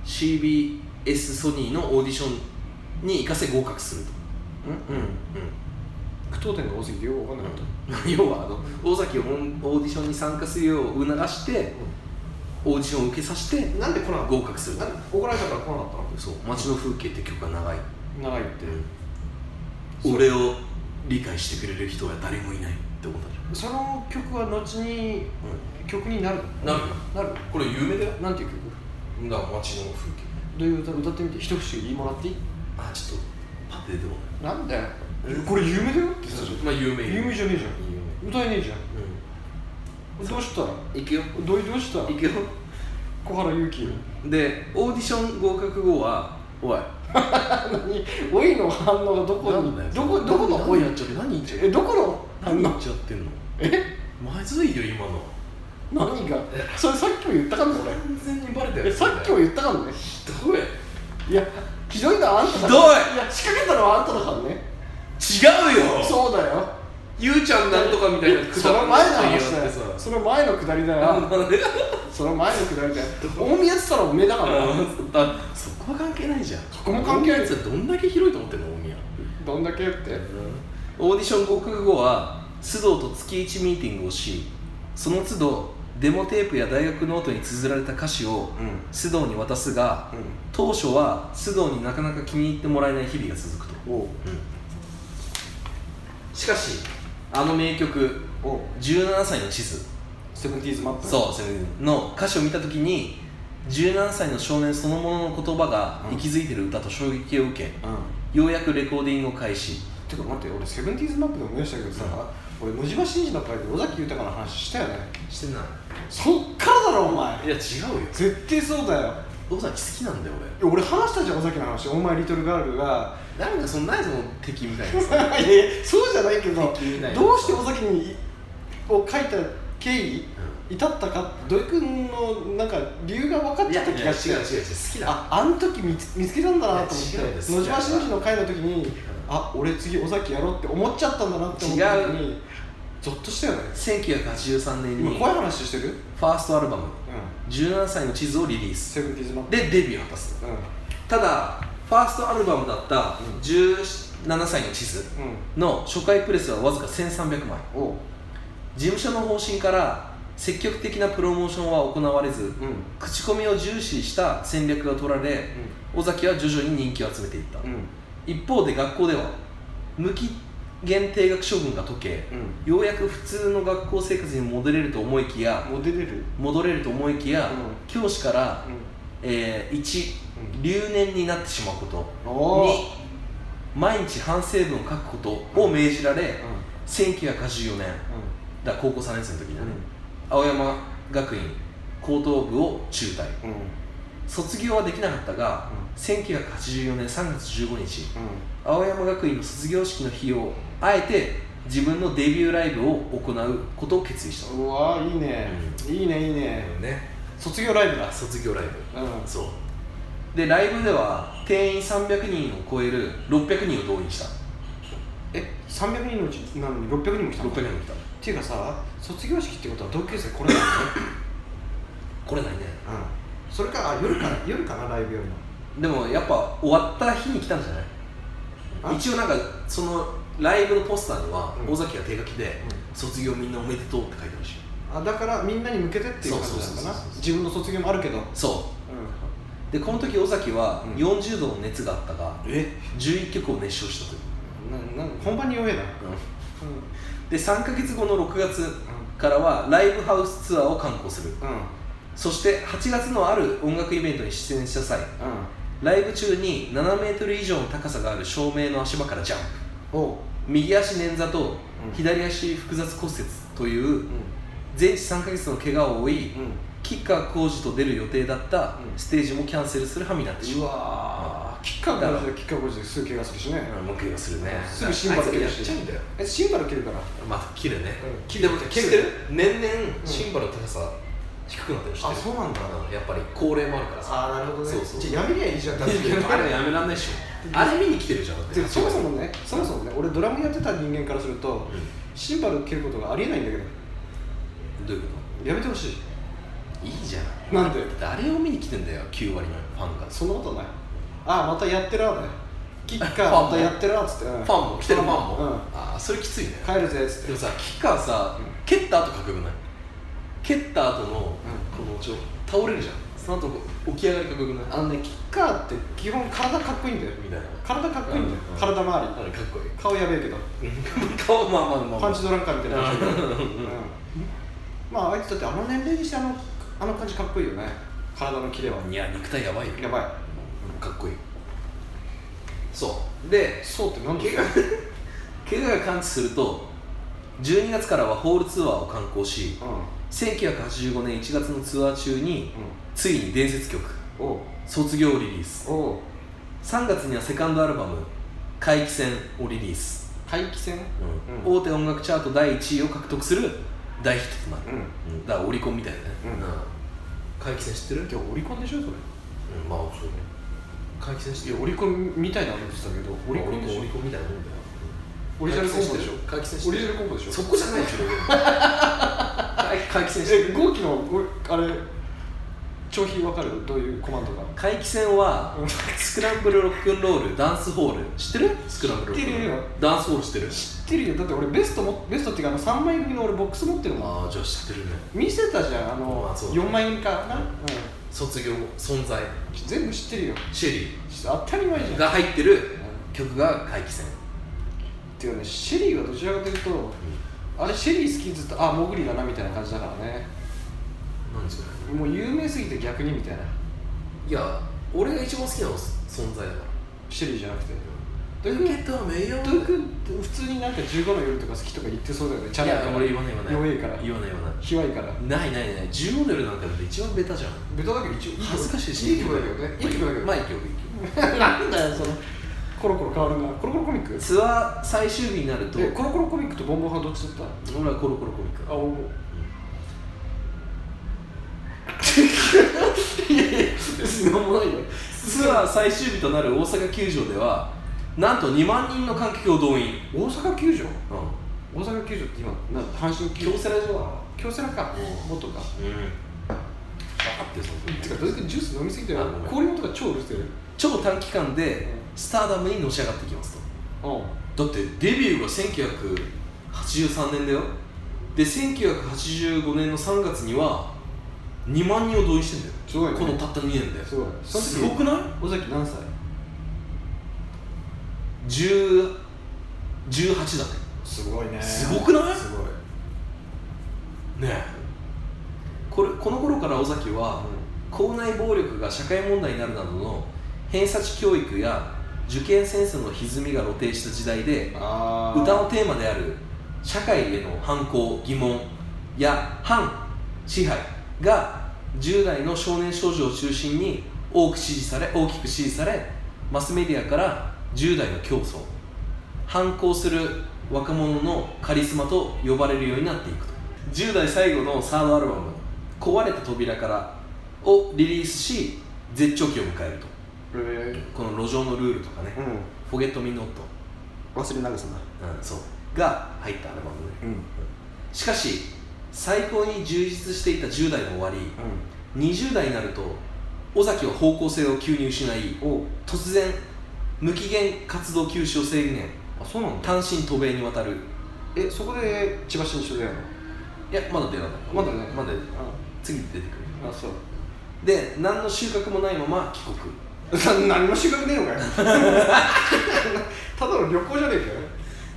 [SPEAKER 1] CBS ソニーのオーディションに行かせ合格すると、
[SPEAKER 2] 句読点が多すぎてよく分かんなかった、
[SPEAKER 1] 要はあの尾崎をオンオーディションに参加するよう促してオーディションを受けさせて
[SPEAKER 2] なんで来なかった
[SPEAKER 1] 合格すると
[SPEAKER 2] なんで怒られたから来なかったの
[SPEAKER 1] そう「街の風景」って曲が長い
[SPEAKER 2] 長いって、
[SPEAKER 1] 俺を理解してくれる人は誰もいないって思ったじ
[SPEAKER 2] その曲は後に
[SPEAKER 1] ゃ
[SPEAKER 2] 曲になる
[SPEAKER 1] なる
[SPEAKER 2] なる
[SPEAKER 1] んこれ有名だよ
[SPEAKER 2] なんていう曲
[SPEAKER 1] だから街の風景
[SPEAKER 2] どういう歌歌ってみて一節言いもらっていい
[SPEAKER 1] あちょっとパッて出てこな
[SPEAKER 2] なんだよこれ有名だよって言ってたじ
[SPEAKER 1] いまあ有名
[SPEAKER 2] ゃん有名じゃねえじゃ
[SPEAKER 1] 有名
[SPEAKER 2] ん歌えねえじゃんどうした
[SPEAKER 1] うん行くよ
[SPEAKER 2] どうどうした
[SPEAKER 1] 行くよ
[SPEAKER 2] 小原勇気
[SPEAKER 1] でオーディション合格後はおい
[SPEAKER 2] 何おいの反応がどこにどこどこのおい
[SPEAKER 1] やっちゃって何言っちゃって
[SPEAKER 2] えどこの
[SPEAKER 1] 何
[SPEAKER 2] 反
[SPEAKER 1] 言
[SPEAKER 2] 応
[SPEAKER 1] っちゃってんの
[SPEAKER 2] え
[SPEAKER 1] まずいよ今の
[SPEAKER 2] 何がそれさっきも言ったかんね俺
[SPEAKER 1] 完全にバレた
[SPEAKER 2] えさっきも言ったかんね
[SPEAKER 1] ひどい
[SPEAKER 2] いやひどいのはあんただ
[SPEAKER 1] ひどい
[SPEAKER 2] や仕掛けたのはあんただからね
[SPEAKER 1] 違うよ
[SPEAKER 2] そうだよ
[SPEAKER 1] ゆうちゃんなんとかみたいな
[SPEAKER 2] その前の話だ
[SPEAKER 1] だ
[SPEAKER 2] よその前のくだりだよその前のくだり だよ大宮っつったらおめえだからな
[SPEAKER 1] あそこは関係ないじゃん
[SPEAKER 2] そこも関係ない
[SPEAKER 1] やつはどんだけ広いと思ってんの大宮
[SPEAKER 2] どんだけって
[SPEAKER 1] オーディション合格後は須藤と月1ミーティングをしその都度デモテープや大学ノートに綴られた歌詞を
[SPEAKER 2] うん
[SPEAKER 1] 須藤に渡すが当初は須藤になかなか気に入ってもらえない日々が続くと、
[SPEAKER 2] おう
[SPEAKER 1] しかしあの名曲
[SPEAKER 2] おう
[SPEAKER 1] 「17歳の地図」
[SPEAKER 2] セブンティーズマップ
[SPEAKER 1] そうセブンの歌詞を見た時に17歳の少年そのものの言葉が
[SPEAKER 2] うん
[SPEAKER 1] 息づいてる歌と衝撃を受け
[SPEAKER 2] うん
[SPEAKER 1] ようやくレコーディングを開始
[SPEAKER 2] てか待って俺セブンティーズマップで思い出したけどさ俺野島伸二の会で尾崎豊の話したよね
[SPEAKER 1] してな
[SPEAKER 2] そっからだろお前
[SPEAKER 1] いいや違うよ
[SPEAKER 2] 絶対そうだよ
[SPEAKER 1] 尾崎好きなんだよ俺
[SPEAKER 2] いや俺話したじゃん尾崎の話お前リトルガールが
[SPEAKER 1] なんかそんなやつの敵みたい なさ
[SPEAKER 2] いやいやそうじゃないけどどう
[SPEAKER 1] 敵みたいな
[SPEAKER 2] して尾崎にを書いた経緯至ったか土井君のなんか理由が分かっ
[SPEAKER 1] い
[SPEAKER 2] ち
[SPEAKER 1] や
[SPEAKER 2] ゃった
[SPEAKER 1] い
[SPEAKER 2] 気
[SPEAKER 1] や
[SPEAKER 2] が
[SPEAKER 1] 違
[SPEAKER 2] し
[SPEAKER 1] う違う違う
[SPEAKER 2] て
[SPEAKER 1] 好きだ
[SPEAKER 2] ああの時見つ見つけたんだなと思っ
[SPEAKER 1] いや違うんで
[SPEAKER 2] て
[SPEAKER 1] す
[SPEAKER 2] 野島伸二の会の時にあ俺次尾崎やろうって思っちゃったんだなって思った時にゾッとしたよね
[SPEAKER 1] 1983年
[SPEAKER 2] 今
[SPEAKER 1] にフ
[SPEAKER 2] 怖い
[SPEAKER 1] ァ
[SPEAKER 2] 話してるうん
[SPEAKER 1] ーストアルバム「17歳の地図」をリリース
[SPEAKER 2] セブンティーズマップ
[SPEAKER 1] でデビューを果たす
[SPEAKER 2] うん
[SPEAKER 1] ただファーストアルバムだった
[SPEAKER 2] うん
[SPEAKER 1] 17歳の地図の初回プレスはわずか1300枚
[SPEAKER 2] うんおう
[SPEAKER 1] 事務所の方針から積極的なプロモーションは行われず
[SPEAKER 2] うん
[SPEAKER 1] 口コミを重視した戦略が取られ尾崎は徐々に人気を集めていった、
[SPEAKER 2] うんうん
[SPEAKER 1] 一方で学校では無期限定学処分が解け
[SPEAKER 2] うん
[SPEAKER 1] ようやく普通の学校生活に戻れると思いきや
[SPEAKER 2] モデレる
[SPEAKER 1] 戻れると思いきや、
[SPEAKER 2] うん
[SPEAKER 1] 教師から、
[SPEAKER 2] う
[SPEAKER 1] え
[SPEAKER 2] う
[SPEAKER 1] 1留年になってしまうこと
[SPEAKER 2] んおー
[SPEAKER 1] 2毎日反省文を書くことを命じられ、1984年だから高校3年生の時に、ね青山学院高等部を中退
[SPEAKER 2] うんうんうん
[SPEAKER 1] 卒業はできなかったが、1984年3月15日青山学院の卒業式の日をあえて自分のデビューライブを行うことを決意した
[SPEAKER 2] うんうわーいいねいいねいいね
[SPEAKER 1] ね
[SPEAKER 2] 卒業ライブだ
[SPEAKER 1] 卒業ライ
[SPEAKER 2] うん
[SPEAKER 1] そうでライブでは定員300人を超える600人を動員した
[SPEAKER 2] え300人のうちなのに600人も来たの
[SPEAKER 1] 600人も来た
[SPEAKER 2] っていうかさ卒業式ってことは同級生来れない
[SPEAKER 1] 来れないね
[SPEAKER 2] のねうんそれかあ夜か夜かなライブよりも
[SPEAKER 1] でもやっぱ終わった日に来たんじゃない
[SPEAKER 2] あ
[SPEAKER 1] 一応なんかそのライブのポスターには
[SPEAKER 2] うん
[SPEAKER 1] 尾崎が手書きで「
[SPEAKER 2] ん
[SPEAKER 1] 卒業みんなおめでとう」って書いてほしい
[SPEAKER 2] あだからみんなに向けてっていう感じな
[SPEAKER 1] そうそうそ
[SPEAKER 2] の
[SPEAKER 1] う
[SPEAKER 2] か
[SPEAKER 1] そ
[SPEAKER 2] な
[SPEAKER 1] う
[SPEAKER 2] 自分の卒業もあるけど、うん、
[SPEAKER 1] そうんでこの時尾崎は
[SPEAKER 2] うん
[SPEAKER 1] 40度の熱があったが、
[SPEAKER 2] え
[SPEAKER 1] 11曲を熱唱したという
[SPEAKER 2] ななん本番に弱えなうん
[SPEAKER 1] で3か月後の6月からはライブハウスツアーを敢行する
[SPEAKER 2] うんうん
[SPEAKER 1] そして8月のある音楽イベントに出演した際ライブ中に7メートル以上の高さがある照明の足場からジャンプ
[SPEAKER 2] おう
[SPEAKER 1] 右足捻挫と
[SPEAKER 2] うん
[SPEAKER 1] 左足複雑骨折といううん全治3か月の怪我を負い
[SPEAKER 2] うん
[SPEAKER 1] 吉川晃司と出る予定だった
[SPEAKER 2] うん
[SPEAKER 1] ステージもキャンセルする羽目になってし
[SPEAKER 2] う
[SPEAKER 1] まう、
[SPEAKER 2] わーキッカー
[SPEAKER 1] だ
[SPEAKER 2] が
[SPEAKER 1] ろ
[SPEAKER 2] キッカー5時ですぐ怪我するしね、
[SPEAKER 1] うんもう怪我するね
[SPEAKER 2] すぐシンバル蹴る
[SPEAKER 3] あいつ
[SPEAKER 2] し
[SPEAKER 3] やっちゃうんだよ
[SPEAKER 2] えシンバル蹴るから
[SPEAKER 3] また切るね、
[SPEAKER 2] うん
[SPEAKER 3] 切るでも
[SPEAKER 2] 切
[SPEAKER 3] 知
[SPEAKER 2] る
[SPEAKER 3] ってる年々
[SPEAKER 2] ん
[SPEAKER 3] シンバルの高さ低くなってる知ってる
[SPEAKER 2] あそうなんだ
[SPEAKER 3] んやっぱり高齢もあるからさ
[SPEAKER 2] ああなるほどね
[SPEAKER 3] そうそう
[SPEAKER 2] じゃあやめりゃいい じゃんだっ
[SPEAKER 3] い
[SPEAKER 2] て
[SPEAKER 3] やあれやめらんないっしょ あれ見に来てるじゃんだって
[SPEAKER 2] でもそもそもねそもそもね俺ドラムやってた人間からすると、シンバル蹴ることがありえないんだけど
[SPEAKER 3] どういうこ
[SPEAKER 2] やめてほしい
[SPEAKER 3] といいじゃん
[SPEAKER 2] なんで
[SPEAKER 3] だってあれを見に来てんだよ9割のファンが
[SPEAKER 2] そんなことないああまたやってらーねキッカ
[SPEAKER 3] ファン
[SPEAKER 2] ー
[SPEAKER 3] も
[SPEAKER 2] またやってらーっつって、う
[SPEAKER 3] フ
[SPEAKER 2] ん
[SPEAKER 3] ァンも来てるファンも、
[SPEAKER 2] うん
[SPEAKER 3] ああそれきついね
[SPEAKER 2] 帰るぜっつって
[SPEAKER 3] でもさキッカーさ蹴った後かっこよくない蹴った後のこのちょ倒れるじゃんその後こう起き上がりかっこよくない
[SPEAKER 2] あのねキッカーって基本体かっこいいんだよ
[SPEAKER 3] みたいな
[SPEAKER 2] 体かっこいいんだよ、
[SPEAKER 3] うん
[SPEAKER 2] 体周
[SPEAKER 3] あ
[SPEAKER 2] り
[SPEAKER 3] れかっこいい
[SPEAKER 2] 顔やべえけど
[SPEAKER 3] 顔まあまあまあ、まあ、
[SPEAKER 2] パンチドランカーみたいな感じだけど
[SPEAKER 3] うん
[SPEAKER 2] うんまああいつだってあの年齢にしてあのあの感じかっこいいよね体のキレはい
[SPEAKER 3] や肉体やばいよ
[SPEAKER 2] やばい
[SPEAKER 3] かっこいいそうで
[SPEAKER 2] そうってなんで
[SPEAKER 3] 怪我怪我が完治すると12月からはホールツアーを観光し
[SPEAKER 2] うんうん
[SPEAKER 1] 1985年1月のツアー中についに伝説曲
[SPEAKER 2] おう
[SPEAKER 1] 卒業をリリース
[SPEAKER 2] おう
[SPEAKER 1] 3月にはセカンドアルバム「怪奇戦」をリリース、
[SPEAKER 2] 回帰戦うん
[SPEAKER 1] 大手音楽チャート第1位を獲得する大ヒットとなる、
[SPEAKER 2] うん
[SPEAKER 1] うんだからオリコンみたいなね、
[SPEAKER 2] うん
[SPEAKER 3] 回帰戦知ってる
[SPEAKER 2] でもオリコンでしょそれ
[SPEAKER 3] うんまあそうね回帰戦知って
[SPEAKER 2] い
[SPEAKER 3] る
[SPEAKER 2] やオリコンみたいなの言ってたけどオリコンでし
[SPEAKER 3] オ
[SPEAKER 2] ょ
[SPEAKER 3] リコンみたいなもんだよ
[SPEAKER 2] オリジナルコンボでしょ
[SPEAKER 3] 回帰戦
[SPEAKER 2] オリジナルコンボでしょ
[SPEAKER 3] そこじゃないでしょ回帰戦して
[SPEAKER 2] えゴーキのおあれ調品わかるどういうコマンドか
[SPEAKER 1] 怪奇戦はスクランブルロックンロールダンスホール知ってるスクランブルロックンロー
[SPEAKER 2] 知って
[SPEAKER 1] ルダンスホール知ってる
[SPEAKER 2] 知ってるよだって俺ベストもベストっていうかあの3枚組の俺ボックス持ってるもん
[SPEAKER 3] ああじゃあ知ってるね
[SPEAKER 2] 見せたじゃんあの
[SPEAKER 3] まあそうだね
[SPEAKER 2] 4枚組かな、うん、
[SPEAKER 3] 卒業後存在
[SPEAKER 2] 全部知ってるよ
[SPEAKER 3] シェリ
[SPEAKER 2] 当たり前じゃん
[SPEAKER 3] ー
[SPEAKER 2] っ
[SPEAKER 3] が入ってる曲が回帰戦
[SPEAKER 2] ていうねシェリーはどちらかというと、あれシェリー好きずっとあモグリだなみたいな感じだからね
[SPEAKER 3] なんですかね
[SPEAKER 2] もう有名すぎて逆にみたいない
[SPEAKER 3] や俺が一番好きなのは存在だから
[SPEAKER 2] シェリーじゃなくて
[SPEAKER 3] ロ
[SPEAKER 2] ど
[SPEAKER 3] ケ
[SPEAKER 2] う
[SPEAKER 3] ットは名誉
[SPEAKER 2] いう君普通になんか15の夜とか好きとか言ってそうだよねチャ
[SPEAKER 3] い
[SPEAKER 2] ラいか
[SPEAKER 3] や
[SPEAKER 2] ら
[SPEAKER 3] 俺言わない言わない
[SPEAKER 2] 弱いから
[SPEAKER 3] 言わない言わない
[SPEAKER 2] 卑猥いから
[SPEAKER 3] ないないない15ドルなんかだって一番ベタじゃん
[SPEAKER 2] ベタだけど一応いい曲
[SPEAKER 3] 恥ずかしいし
[SPEAKER 2] いい曲だけどねいい曲だけど
[SPEAKER 3] まあいい曲いい曲
[SPEAKER 2] なんだよそのコロコロ変わるなコロコロコミック
[SPEAKER 1] ツアー最終日になると
[SPEAKER 2] えコロコロコミックとボンボン派どっちだっ
[SPEAKER 1] 俺はコロコロコミック
[SPEAKER 2] たあお 別に何もないよ
[SPEAKER 1] ツアー最終日となる大阪球場ではなんと2万人の観客を動員、
[SPEAKER 2] 大阪球場
[SPEAKER 1] うん、
[SPEAKER 2] 大阪球場って今な阪神球場
[SPEAKER 1] 京セラじゃん
[SPEAKER 2] 京セラか
[SPEAKER 3] うん
[SPEAKER 2] 元か
[SPEAKER 3] うん分かってるそ
[SPEAKER 2] てかどうせジュース飲みすぎてる
[SPEAKER 3] あごめん
[SPEAKER 2] 氷のとか超うるせえ
[SPEAKER 1] 超短期間でスターダムにのし上がってきます
[SPEAKER 2] うん
[SPEAKER 1] とだってデビューが1983年だよで1985年の3月には2万人を動員してんだよ
[SPEAKER 2] すごいね
[SPEAKER 1] このたった2年です
[SPEAKER 2] ごいその時
[SPEAKER 1] すごくない
[SPEAKER 2] 尾崎何歳
[SPEAKER 1] 10 18だ
[SPEAKER 2] すごいね
[SPEAKER 1] ねすごくない
[SPEAKER 2] すごい
[SPEAKER 1] ねえこれこの頃から尾崎は、校内暴力が社会問題になるなどの偏差値教育や受験戦争の歪みが露呈した時代で
[SPEAKER 2] あー
[SPEAKER 1] 歌のテーマである社会への反抗疑問や反支配が10代の少年少女を中心に多く支持され大きく支持されマスメディアから10代の競争反抗する若者のカリスマと呼ばれるようになっていくと10代最後のサードアルバム「壊れた扉から」をリリースし絶頂期を迎えると
[SPEAKER 2] へえ
[SPEAKER 1] この路上のルールとかね
[SPEAKER 2] う
[SPEAKER 1] 「フォゲット・ミ・ノット」
[SPEAKER 2] ん忘れながさな
[SPEAKER 1] うん、そうが入ったアルバムで
[SPEAKER 2] うんうん
[SPEAKER 1] しかし最高に充実していた10代も終わり20代になると尾崎は方向性を急に失い
[SPEAKER 2] おう
[SPEAKER 1] 突然無期限活動休止を制限
[SPEAKER 2] あそうなん
[SPEAKER 1] 単身渡米に渡る
[SPEAKER 2] えそこで千葉新書でやるの
[SPEAKER 1] いやまだ出らない
[SPEAKER 2] まだね
[SPEAKER 1] まだ出ない次出てくる
[SPEAKER 2] ああそう
[SPEAKER 1] で何の収穫もないまま帰国
[SPEAKER 2] 何も収穫ねえのか よただの旅行じゃねえかよ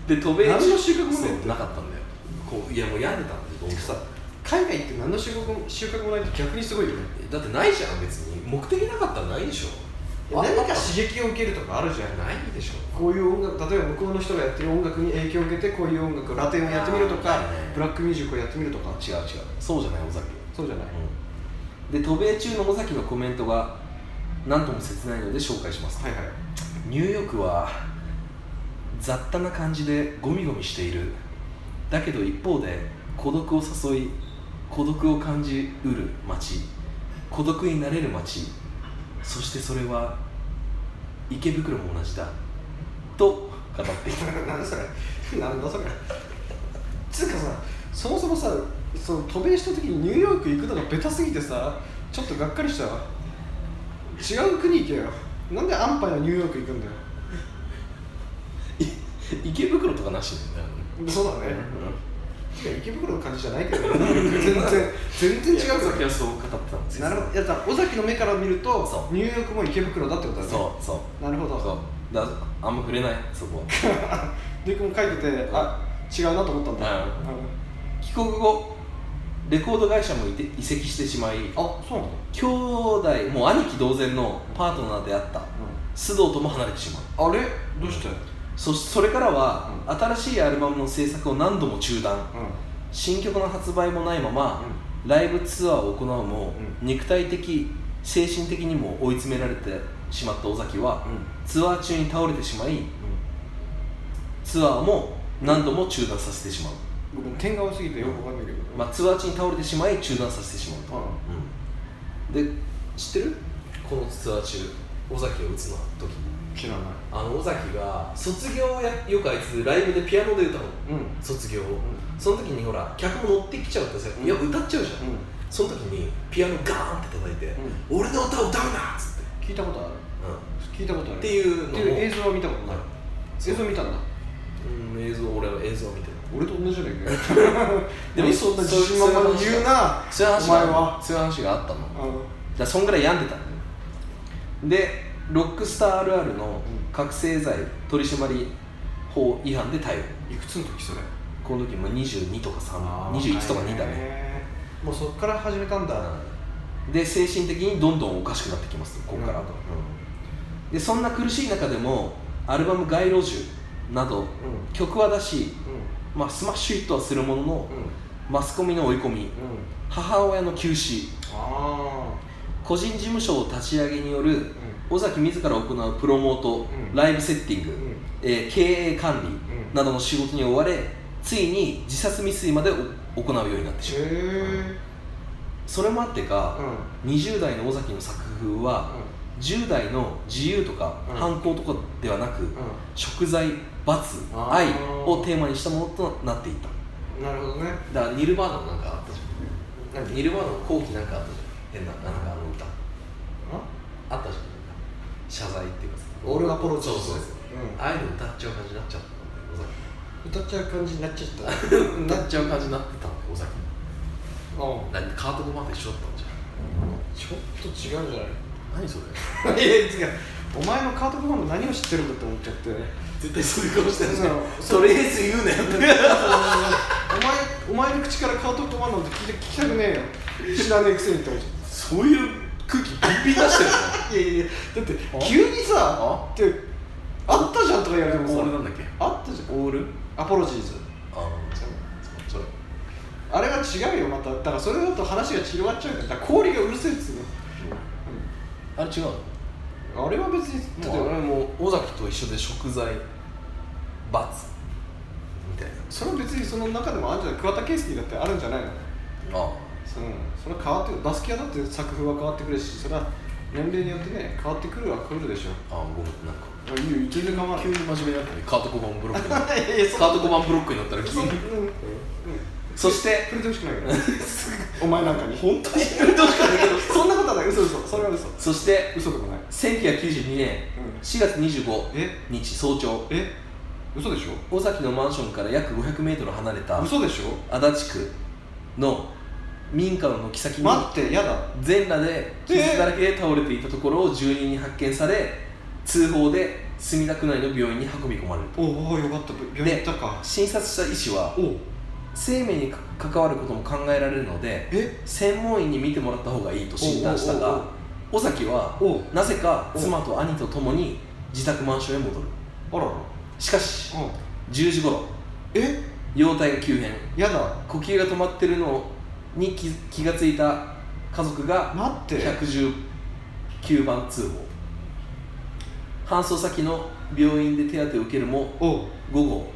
[SPEAKER 1] で渡米中
[SPEAKER 2] 何の収穫もねえ
[SPEAKER 1] そうなかったんだよこういやもう病んでたんだよどう
[SPEAKER 2] て
[SPEAKER 1] も
[SPEAKER 2] かさ海外行って何の収穫も収穫もないって逆にすごいよね
[SPEAKER 3] だってないじゃん別に目的なかったらないでしょ
[SPEAKER 2] 何
[SPEAKER 3] あ
[SPEAKER 2] か刺激を受けるとかあるじゃん
[SPEAKER 3] ないでしょ
[SPEAKER 2] こういう音楽例えば向こうの人がやってる音楽に影響を受けてこういう音楽ラテンをやってみるとか
[SPEAKER 3] あーね
[SPEAKER 2] ブラックミュージックをやってみるとか
[SPEAKER 1] 違う違うそうじゃない尾崎
[SPEAKER 2] そうじゃない
[SPEAKER 1] で渡米中の尾崎のコメントが何とも切ないので紹介します、
[SPEAKER 2] はいはい
[SPEAKER 1] ニューヨークは雑多な感じでゴミゴミしているだけど一方で孤独を誘い孤独を感じうる街孤独になれる街そしてそれは池袋も同じだと語ってい た
[SPEAKER 2] 何それなんだそれつうかさそもそもさその渡米した時にニューヨーク行くのがベタすぎてさちょっとがっかりしたわ違う国行けよなんで安牌のニューヨーク行くんだよ
[SPEAKER 1] 池袋とかなしなんだよね
[SPEAKER 2] そうだね、てか池袋の感じじゃないけどね全然全然違うから
[SPEAKER 1] いやそう語ってたんですよ
[SPEAKER 2] なるほどいやだから尾崎の目から見ると
[SPEAKER 1] そう
[SPEAKER 2] ニューヨークも池袋だってことだね
[SPEAKER 1] そうそう
[SPEAKER 2] なるほ
[SPEAKER 1] そう
[SPEAKER 2] ど
[SPEAKER 1] だあんま触れないそこは
[SPEAKER 2] で君も書いててあ違うなと思ったん
[SPEAKER 1] うん
[SPEAKER 2] だ、うん
[SPEAKER 1] 帰国後レコード会社も移転移籍してしまい
[SPEAKER 2] あそうなんだ、
[SPEAKER 1] 兄弟もう兄貴同然のパートナーであった須藤とも離れてしまう
[SPEAKER 2] あれどうしてう
[SPEAKER 1] そそれからは、新しいアルバムの制作を何度も中断
[SPEAKER 2] ん
[SPEAKER 1] 新曲の発売もないまま、ライブツアーを行うも、
[SPEAKER 2] う
[SPEAKER 1] 肉体的精神的にも追い詰められてしまった尾崎は、
[SPEAKER 2] うん
[SPEAKER 1] ツアー中に倒れてしまいツアーも何度も中断させてしまう、
[SPEAKER 2] ごめん点が多すぎてよくわかんないけど、
[SPEAKER 1] まあ、ツアー中に倒れてしまい中断させてしまうと、で知ってるこのツアー中尾崎を打つの時
[SPEAKER 2] 知らない
[SPEAKER 1] あの尾崎が卒業をやよくあいつライブでピアノで歌うの
[SPEAKER 2] うん
[SPEAKER 1] 卒業を、その時にほら客も乗ってきちゃうってさ、
[SPEAKER 2] うん
[SPEAKER 1] いや歌っちゃうじゃん、
[SPEAKER 2] うん
[SPEAKER 1] その時にピアノガーンって叩いて、俺の歌を歌うなっつって、
[SPEAKER 2] 聞いたことある聞いたことある
[SPEAKER 1] っていうのも
[SPEAKER 2] っていう映像は見たことない
[SPEAKER 1] そう
[SPEAKER 2] 映像見たんだ
[SPEAKER 1] うん、うん、映像俺は映像を見てる
[SPEAKER 2] 俺と同じじゃない かよ
[SPEAKER 1] でも
[SPEAKER 2] そんな自信満々に言うな
[SPEAKER 1] そういう
[SPEAKER 2] お
[SPEAKER 1] 話
[SPEAKER 2] 前
[SPEAKER 1] が
[SPEAKER 2] は
[SPEAKER 1] そういう話があったのだか
[SPEAKER 2] あの
[SPEAKER 1] らそんぐらい病んでたんだよでロックスターあるあるの覚醒剤取締法違反で逮捕
[SPEAKER 2] いくつの時それ
[SPEAKER 1] この時も22とか3 21とか2だね
[SPEAKER 2] ねもうそっから始めたんだ
[SPEAKER 1] で精神的にどんどんおかしくなってきますとここからと、
[SPEAKER 2] うん
[SPEAKER 1] でそんな苦しい中でもアルバム「街路樹」など、
[SPEAKER 2] ん
[SPEAKER 1] 曲は出し、
[SPEAKER 2] うん
[SPEAKER 1] まあ、スマッシュヒットはするものの、
[SPEAKER 2] うん
[SPEAKER 1] マスコミの追い込み、
[SPEAKER 2] うん
[SPEAKER 1] 母親の急死
[SPEAKER 2] あ
[SPEAKER 1] 個人事務所を立ち上げによる、尾崎自ら行うプロモート、
[SPEAKER 2] うん
[SPEAKER 1] ライブセッティング、
[SPEAKER 2] ん
[SPEAKER 1] えー経営管理
[SPEAKER 2] うん
[SPEAKER 1] などの仕事に追われついに自殺未遂までお行うようになって
[SPEAKER 2] あ
[SPEAKER 1] し
[SPEAKER 2] へ
[SPEAKER 1] まう、
[SPEAKER 2] え
[SPEAKER 1] それもあってか、
[SPEAKER 2] うん
[SPEAKER 1] 20代の尾崎の作風は、10代の自由とか
[SPEAKER 2] うん
[SPEAKER 1] 反抗とかではなく、
[SPEAKER 2] う
[SPEAKER 1] 食材罰
[SPEAKER 2] あー
[SPEAKER 1] 愛をテーマにしたものとなっていた
[SPEAKER 2] んなるほどね
[SPEAKER 1] だからニルバーナのなんかあったじゃん
[SPEAKER 2] 何
[SPEAKER 1] ニルバーナの後期なんかあったじゃん変ななんかあの歌
[SPEAKER 2] あ
[SPEAKER 1] あったじゃん謝罪っていうかさ
[SPEAKER 2] オールアポロジー
[SPEAKER 1] そうそうそう、
[SPEAKER 2] うん
[SPEAKER 1] ああいうの歌っちゃう感じになっちゃったんだよ
[SPEAKER 2] 歌っちゃう感じになっちゃっ
[SPEAKER 1] 尾崎歌っちゃう感じになってたんだよ尾崎
[SPEAKER 2] たう
[SPEAKER 1] だって
[SPEAKER 2] ん
[SPEAKER 1] カート・コバーンと一緒だったんじ
[SPEAKER 2] ちょっと違うじ
[SPEAKER 1] ゃ
[SPEAKER 2] ゃ
[SPEAKER 1] ん何 それ
[SPEAKER 2] ないいや違うお前のカートコマンド何を知ってるんだって思っちゃって
[SPEAKER 1] 絶対そういう顔してるじゃん
[SPEAKER 2] そう
[SPEAKER 1] とりあえず言うなよ
[SPEAKER 2] お前お前の口からカートコマンドって聞いて聞きたくねえよ知らねえくせにって思っちゃっ
[SPEAKER 1] そういう空気ビンビン出してる
[SPEAKER 2] たいやいやだって
[SPEAKER 1] あ
[SPEAKER 2] 急にさ
[SPEAKER 1] あ
[SPEAKER 2] ってあったじゃんとか言われて
[SPEAKER 1] の
[SPEAKER 2] も
[SPEAKER 1] オールな
[SPEAKER 2] さ
[SPEAKER 1] んだっけ
[SPEAKER 2] あったじゃん
[SPEAKER 1] オール
[SPEAKER 2] アポロジーズ
[SPEAKER 1] あそれ
[SPEAKER 2] あれが違うよまただからそれだと話が散りわっちゃうからだから氷がうるせえっつう
[SPEAKER 1] あれ違うの
[SPEAKER 2] のあれは別にだって
[SPEAKER 1] もうあれもう尾崎と一緒で食材罰みたいな
[SPEAKER 2] それは別にその中でもあるんじゃない桑田佳祐だってあるんじゃないの
[SPEAKER 1] あ
[SPEAKER 2] そのそれは変わってバスケアだって作風は変わってくるしそれは年齢によってね変わってくるは来るでしょ
[SPEAKER 1] ああごめんなんか
[SPEAKER 2] いやいいよ全然構わない
[SPEAKER 1] 急に真面目になったねカートコバンブロックになった
[SPEAKER 2] いやいやそんな
[SPEAKER 1] カートコバンブロックになったら急
[SPEAKER 2] そうん
[SPEAKER 1] に
[SPEAKER 2] うんうん
[SPEAKER 1] そして
[SPEAKER 2] 触れてほしくない からお前なんかに
[SPEAKER 1] 本当にやめてほしくないけど
[SPEAKER 2] そんなことはない嘘嘘それは嘘
[SPEAKER 1] そして
[SPEAKER 2] 嘘でもない
[SPEAKER 1] 1992年
[SPEAKER 2] うん
[SPEAKER 1] 4月25
[SPEAKER 2] え
[SPEAKER 1] 日早朝
[SPEAKER 2] え嘘でし
[SPEAKER 1] 尾崎のマンションから約 500m 離れた
[SPEAKER 2] ょ嘘でしょ
[SPEAKER 1] 足立区の民家の軒先に
[SPEAKER 2] 待ってやだ
[SPEAKER 1] 全裸で傷だらけで倒れていたところを住人に発見され通報で墨田区内の病院に運び込まれると
[SPEAKER 2] おおよかった病院行ったか
[SPEAKER 1] 診察した医師は
[SPEAKER 2] お
[SPEAKER 1] 生命に関わることも考えられるので
[SPEAKER 2] え
[SPEAKER 1] 専門医に診てもらった方がいいと診断した
[SPEAKER 2] おうおう
[SPEAKER 1] が尾崎は
[SPEAKER 2] おう
[SPEAKER 1] なぜか妻と兄と共に自宅マンションへ戻る
[SPEAKER 2] あらら
[SPEAKER 1] しかし
[SPEAKER 2] うん
[SPEAKER 1] 10時頃
[SPEAKER 2] え
[SPEAKER 1] 容体が急変
[SPEAKER 2] やだ
[SPEAKER 1] 呼吸が止まってるのに気気がついた家族が
[SPEAKER 2] 待って
[SPEAKER 1] 110 9番通報搬送先の病院で手当てを受けるも
[SPEAKER 2] おう
[SPEAKER 1] 午後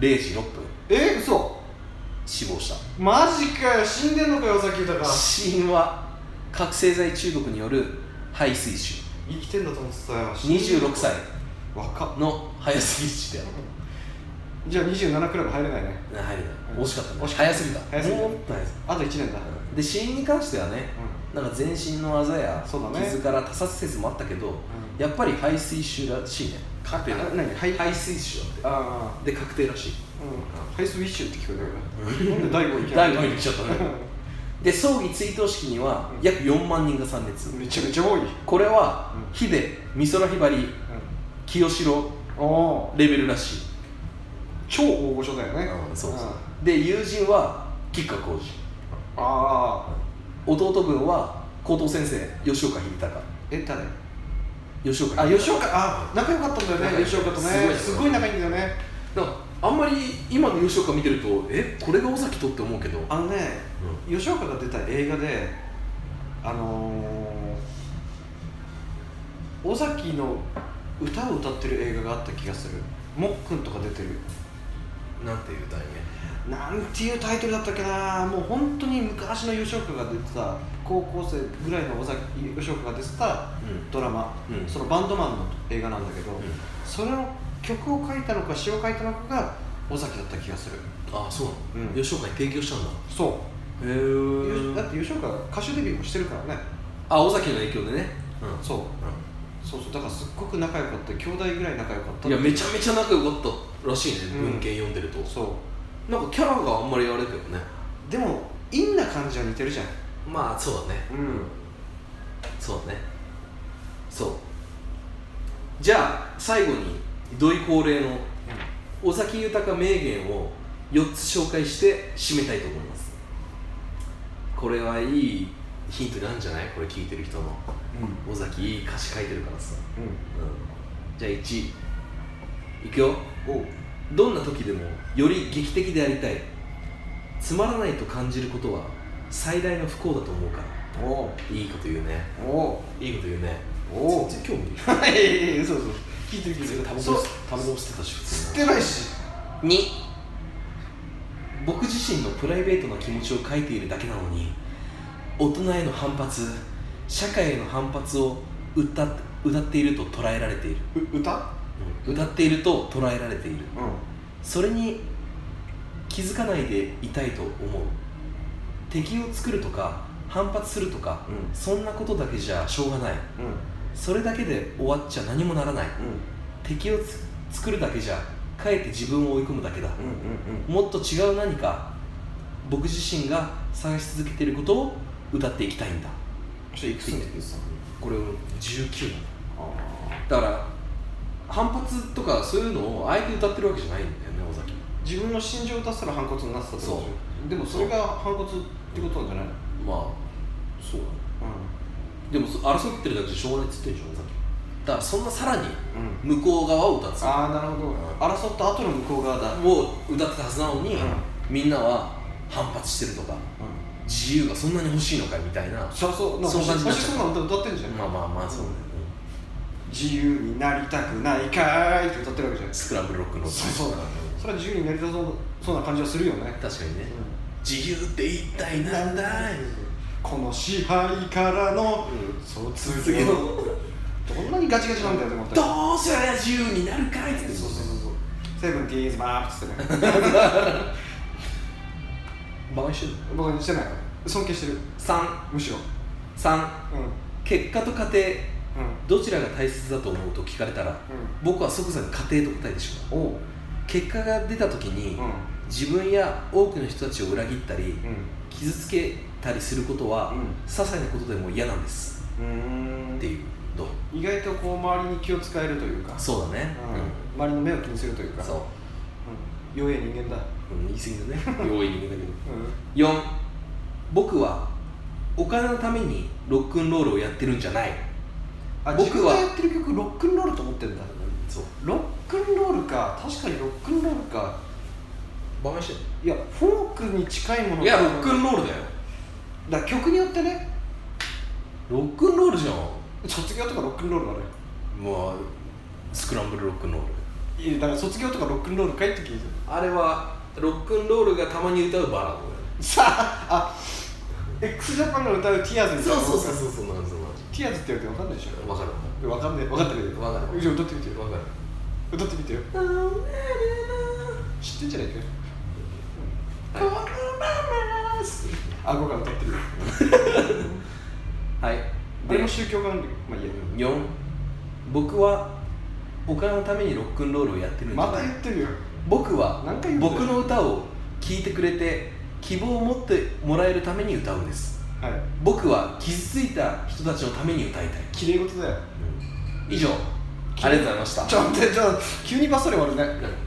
[SPEAKER 1] 0時6分
[SPEAKER 2] え嘘
[SPEAKER 1] 死亡した
[SPEAKER 2] マジかよ死んでんのかよさっき言ったから
[SPEAKER 1] 死因は覚醒剤中毒による肺水腫
[SPEAKER 2] 生きてんだと思ってたよ
[SPEAKER 1] 26歳
[SPEAKER 2] 若っ
[SPEAKER 1] の早すぎちで
[SPEAKER 2] じゃあ27くらいも入れないね
[SPEAKER 1] 入れない惜しかったね
[SPEAKER 2] 惜しかった
[SPEAKER 1] 早すぎた
[SPEAKER 2] 早すぎた
[SPEAKER 1] もっと早すぎ
[SPEAKER 2] あと1年
[SPEAKER 1] た
[SPEAKER 2] だ
[SPEAKER 1] で死因に関してはねなんか全身のあざや
[SPEAKER 2] そうだね
[SPEAKER 1] 傷から他殺説もあったけど、
[SPEAKER 2] ん
[SPEAKER 1] やっぱり肺水腫らしいね確定だ
[SPEAKER 2] あ何肺
[SPEAKER 1] 肺水腫だっ
[SPEAKER 2] ああ
[SPEAKER 1] てで確定らしい
[SPEAKER 2] うんハイスウィッシュって聞こえたけどなんで第5位
[SPEAKER 1] 第5位に来ちゃったねで葬儀追悼式には
[SPEAKER 2] うん
[SPEAKER 1] 約4万人が参列、
[SPEAKER 2] めちゃめちゃ多いうん
[SPEAKER 1] これは
[SPEAKER 2] うん
[SPEAKER 1] ヒデ美空ひばり清志郎
[SPEAKER 2] おー
[SPEAKER 1] レベルらしい、
[SPEAKER 2] 超大御所だよね
[SPEAKER 1] そうそ
[SPEAKER 2] ん
[SPEAKER 1] うで友人は吉川晃司
[SPEAKER 2] ああ
[SPEAKER 1] 弟分は高等先生吉岡秀隆
[SPEAKER 2] え誰
[SPEAKER 1] 吉岡
[SPEAKER 2] あ
[SPEAKER 1] 秀隆
[SPEAKER 2] 吉岡あ仲良かったんだよね
[SPEAKER 1] 仲良い
[SPEAKER 2] 吉岡とね
[SPEAKER 1] すごい
[SPEAKER 2] すごい仲いいんだよね
[SPEAKER 1] だからあんまり今の吉岡見てるとえこれが尾崎とって思うけど
[SPEAKER 2] あのね、吉岡が出た映画であのー、尾崎の歌を歌ってる映画があった気がするもっくんとか出てる
[SPEAKER 1] なんていう題
[SPEAKER 2] なんていうタイトルだったっけなもう本当に昔の吉岡が出てた高校生ぐらいの尾崎吉岡が出てた
[SPEAKER 1] うん
[SPEAKER 2] ドラマ、
[SPEAKER 1] うん
[SPEAKER 2] そのバンドマンの映画なんだけど、
[SPEAKER 1] ん
[SPEAKER 2] それの曲を書いたのか詩を書いたのかが尾崎だった気がする
[SPEAKER 1] 名ああそうなの、
[SPEAKER 2] うん
[SPEAKER 1] 吉岡に提供したんだ
[SPEAKER 2] そ
[SPEAKER 1] へ
[SPEAKER 2] う、
[SPEAKER 1] え
[SPEAKER 2] だって吉岡歌手デビューもしてるからね
[SPEAKER 1] あ尾崎の影響でね、うん
[SPEAKER 2] そうそうそうだからすっごく仲良かった兄弟ぐらい仲良かった
[SPEAKER 1] いやめちゃめちゃ仲良かったらしいね、
[SPEAKER 2] うん
[SPEAKER 1] 文献読んでると
[SPEAKER 2] そ
[SPEAKER 1] なんかキャラがあんまりあれだよね
[SPEAKER 2] うでも陰な感じは似てるじゃん
[SPEAKER 1] まあそうだね
[SPEAKER 2] うん
[SPEAKER 1] そうだねそうじゃあ最後に土井恒例の尾崎豊名言を4つ紹介して締めたいと思いますこれはいいヒントになるんじゃないこれ聞いてる人の尾崎いい歌詞書いてるからさ、うん、じゃあ1いくよ
[SPEAKER 2] うんうんおう
[SPEAKER 1] どんな時でもより劇的でありたいつまらないと感じることは最大の不幸だと思うから
[SPEAKER 2] おう
[SPEAKER 1] いいこと言うね
[SPEAKER 2] お
[SPEAKER 1] いいこと言うね
[SPEAKER 2] おう
[SPEAKER 1] 全然興 味ない
[SPEAKER 2] はいやいや嘘嘘聞いてる聞いてる
[SPEAKER 1] タバコ
[SPEAKER 2] そう
[SPEAKER 1] タバコ捨てたし普
[SPEAKER 2] 吸っ
[SPEAKER 1] 通
[SPEAKER 2] てないし
[SPEAKER 1] に2僕自身のプライベートな気持ちを書いているだけなのに大人への反発社会への反発を歌っ歌っていると捉えられている、
[SPEAKER 2] う歌
[SPEAKER 1] 歌っていると捉えられている
[SPEAKER 2] う
[SPEAKER 1] それに気づかないでいたいと思う敵を作るとか反発するとか、
[SPEAKER 2] う
[SPEAKER 1] そんなことだけじゃしょうがない
[SPEAKER 2] んうん
[SPEAKER 1] それだけで終わっちゃ何もならない
[SPEAKER 2] うん
[SPEAKER 1] 敵をつ作るだけじゃかえって自分を追い込むだけだ、
[SPEAKER 2] うんうん
[SPEAKER 1] もっと違う何か僕自身が探し続けていることを歌っていきたいんだ
[SPEAKER 2] ちょっといくつの時ですか
[SPEAKER 1] これを19なの
[SPEAKER 2] あ
[SPEAKER 1] だから反発とかそういうのをあえて歌ってるわけじゃないんだよね尾崎
[SPEAKER 2] ー自分の心情を出したら反骨になってたってことでしょでもそれが反骨ってことなんじゃないの
[SPEAKER 1] まあそうだね
[SPEAKER 2] う
[SPEAKER 1] でもそ争ってるだけじゃしょうがないっつってんでしょ尾崎だからそんなさらに
[SPEAKER 2] んうん
[SPEAKER 1] 向こう側を歌ってた
[SPEAKER 2] ああなるほど争った後の向こう側だうん
[SPEAKER 1] を歌ってたはずなのに、
[SPEAKER 2] うん
[SPEAKER 1] みんなは反発してるとか自由がそんなに欲しいのかみたいな
[SPEAKER 2] そりゃそうなんか
[SPEAKER 1] そう感じになっ
[SPEAKER 2] 欲
[SPEAKER 1] ちゃ
[SPEAKER 2] し
[SPEAKER 1] う
[SPEAKER 2] そうな歌歌ってんじゃん
[SPEAKER 1] まあまあまあそうだよね、
[SPEAKER 2] 自由になりたくないかーいって歌ってるわけじゃんそ
[SPEAKER 1] スクランブルロックの音
[SPEAKER 2] うそうそれは自由になりたそうそうな感じはするよね
[SPEAKER 1] 確かにね、
[SPEAKER 2] う
[SPEAKER 1] 自由って一体なんだい
[SPEAKER 2] この支配からの卒業どんなにガチガチなんだよって思ったら
[SPEAKER 1] どうすりゃ自由になるかいって
[SPEAKER 2] そうそうそうそうセブンティーンズマークってね
[SPEAKER 1] バカにしてる
[SPEAKER 2] 僕はしてない尊敬してるむしろ
[SPEAKER 1] 33
[SPEAKER 2] うんうん
[SPEAKER 1] 結果と過程どちらが大切だと思うと聞かれたら、僕は即座に家庭と答えてしまう
[SPEAKER 2] おう
[SPEAKER 1] 結果が出た時に、
[SPEAKER 2] うん
[SPEAKER 1] 自分や多くの人たちを裏切ったり、
[SPEAKER 2] う
[SPEAKER 1] 傷つけたりすることは、
[SPEAKER 2] うん
[SPEAKER 1] 些細なことでも嫌なんです
[SPEAKER 2] んうーん
[SPEAKER 1] っていうどう
[SPEAKER 2] 意外とこう周りに気を使えるというか
[SPEAKER 1] そうだね、
[SPEAKER 2] うん、周りの目を気にするという
[SPEAKER 1] うん
[SPEAKER 2] か
[SPEAKER 1] そう、
[SPEAKER 2] うん、弱い人間だ、
[SPEAKER 1] うん、言い過ぎだ ね容易に言うだけど
[SPEAKER 2] う
[SPEAKER 1] 4僕はお金のためにロックンロールをやってるんじゃない
[SPEAKER 2] ん、あ
[SPEAKER 1] 僕は
[SPEAKER 2] 自分がやってる曲ロックンロールと思ってるんだ
[SPEAKER 1] そう
[SPEAKER 2] ロックンロールか確かにロックンロールか
[SPEAKER 1] バカにしてる
[SPEAKER 2] いやフォークに近いもの
[SPEAKER 1] いやロックンロールだよ
[SPEAKER 2] だから曲によってね
[SPEAKER 1] ロックンロールじゃん
[SPEAKER 2] 卒業とかロックンロールだね
[SPEAKER 1] まあスクランブルロックンロール
[SPEAKER 2] いやだから卒業とかロックンロールかいって聞いてる
[SPEAKER 1] あれはロックンロールがたまに歌うバラードだよね
[SPEAKER 2] さああ x ジャパンが歌う「Tears」みたいな
[SPEAKER 1] そうそうそうそうなんですよ
[SPEAKER 2] 「Tears」って言われて分かんないでしょ
[SPEAKER 1] わかる
[SPEAKER 2] 分かんない分かってる
[SPEAKER 1] わかる
[SPEAKER 2] じゃあ歌ってみてよ
[SPEAKER 1] わかる
[SPEAKER 2] 歌ってみてよ知ってんじゃないかよ顎が歌ってる
[SPEAKER 1] はい
[SPEAKER 2] あれ
[SPEAKER 1] で
[SPEAKER 2] も宗教関連まあいいや
[SPEAKER 1] 4僕はお金のためにロックンロールをやってるんじゃ
[SPEAKER 2] ま
[SPEAKER 1] な
[SPEAKER 2] た
[SPEAKER 1] い
[SPEAKER 2] 言ってるよ
[SPEAKER 1] 僕は
[SPEAKER 2] 何回言うんだよ
[SPEAKER 1] 僕の歌を聴いてくれて希望を持ってもらえるために歌うんです
[SPEAKER 2] はい
[SPEAKER 1] 僕は傷ついた人たちのために歌いたい
[SPEAKER 2] 綺麗事だよ
[SPEAKER 1] 以上ありがとうございました
[SPEAKER 2] ちょっと待ってちょっと急にバッサリ終わるね
[SPEAKER 1] うん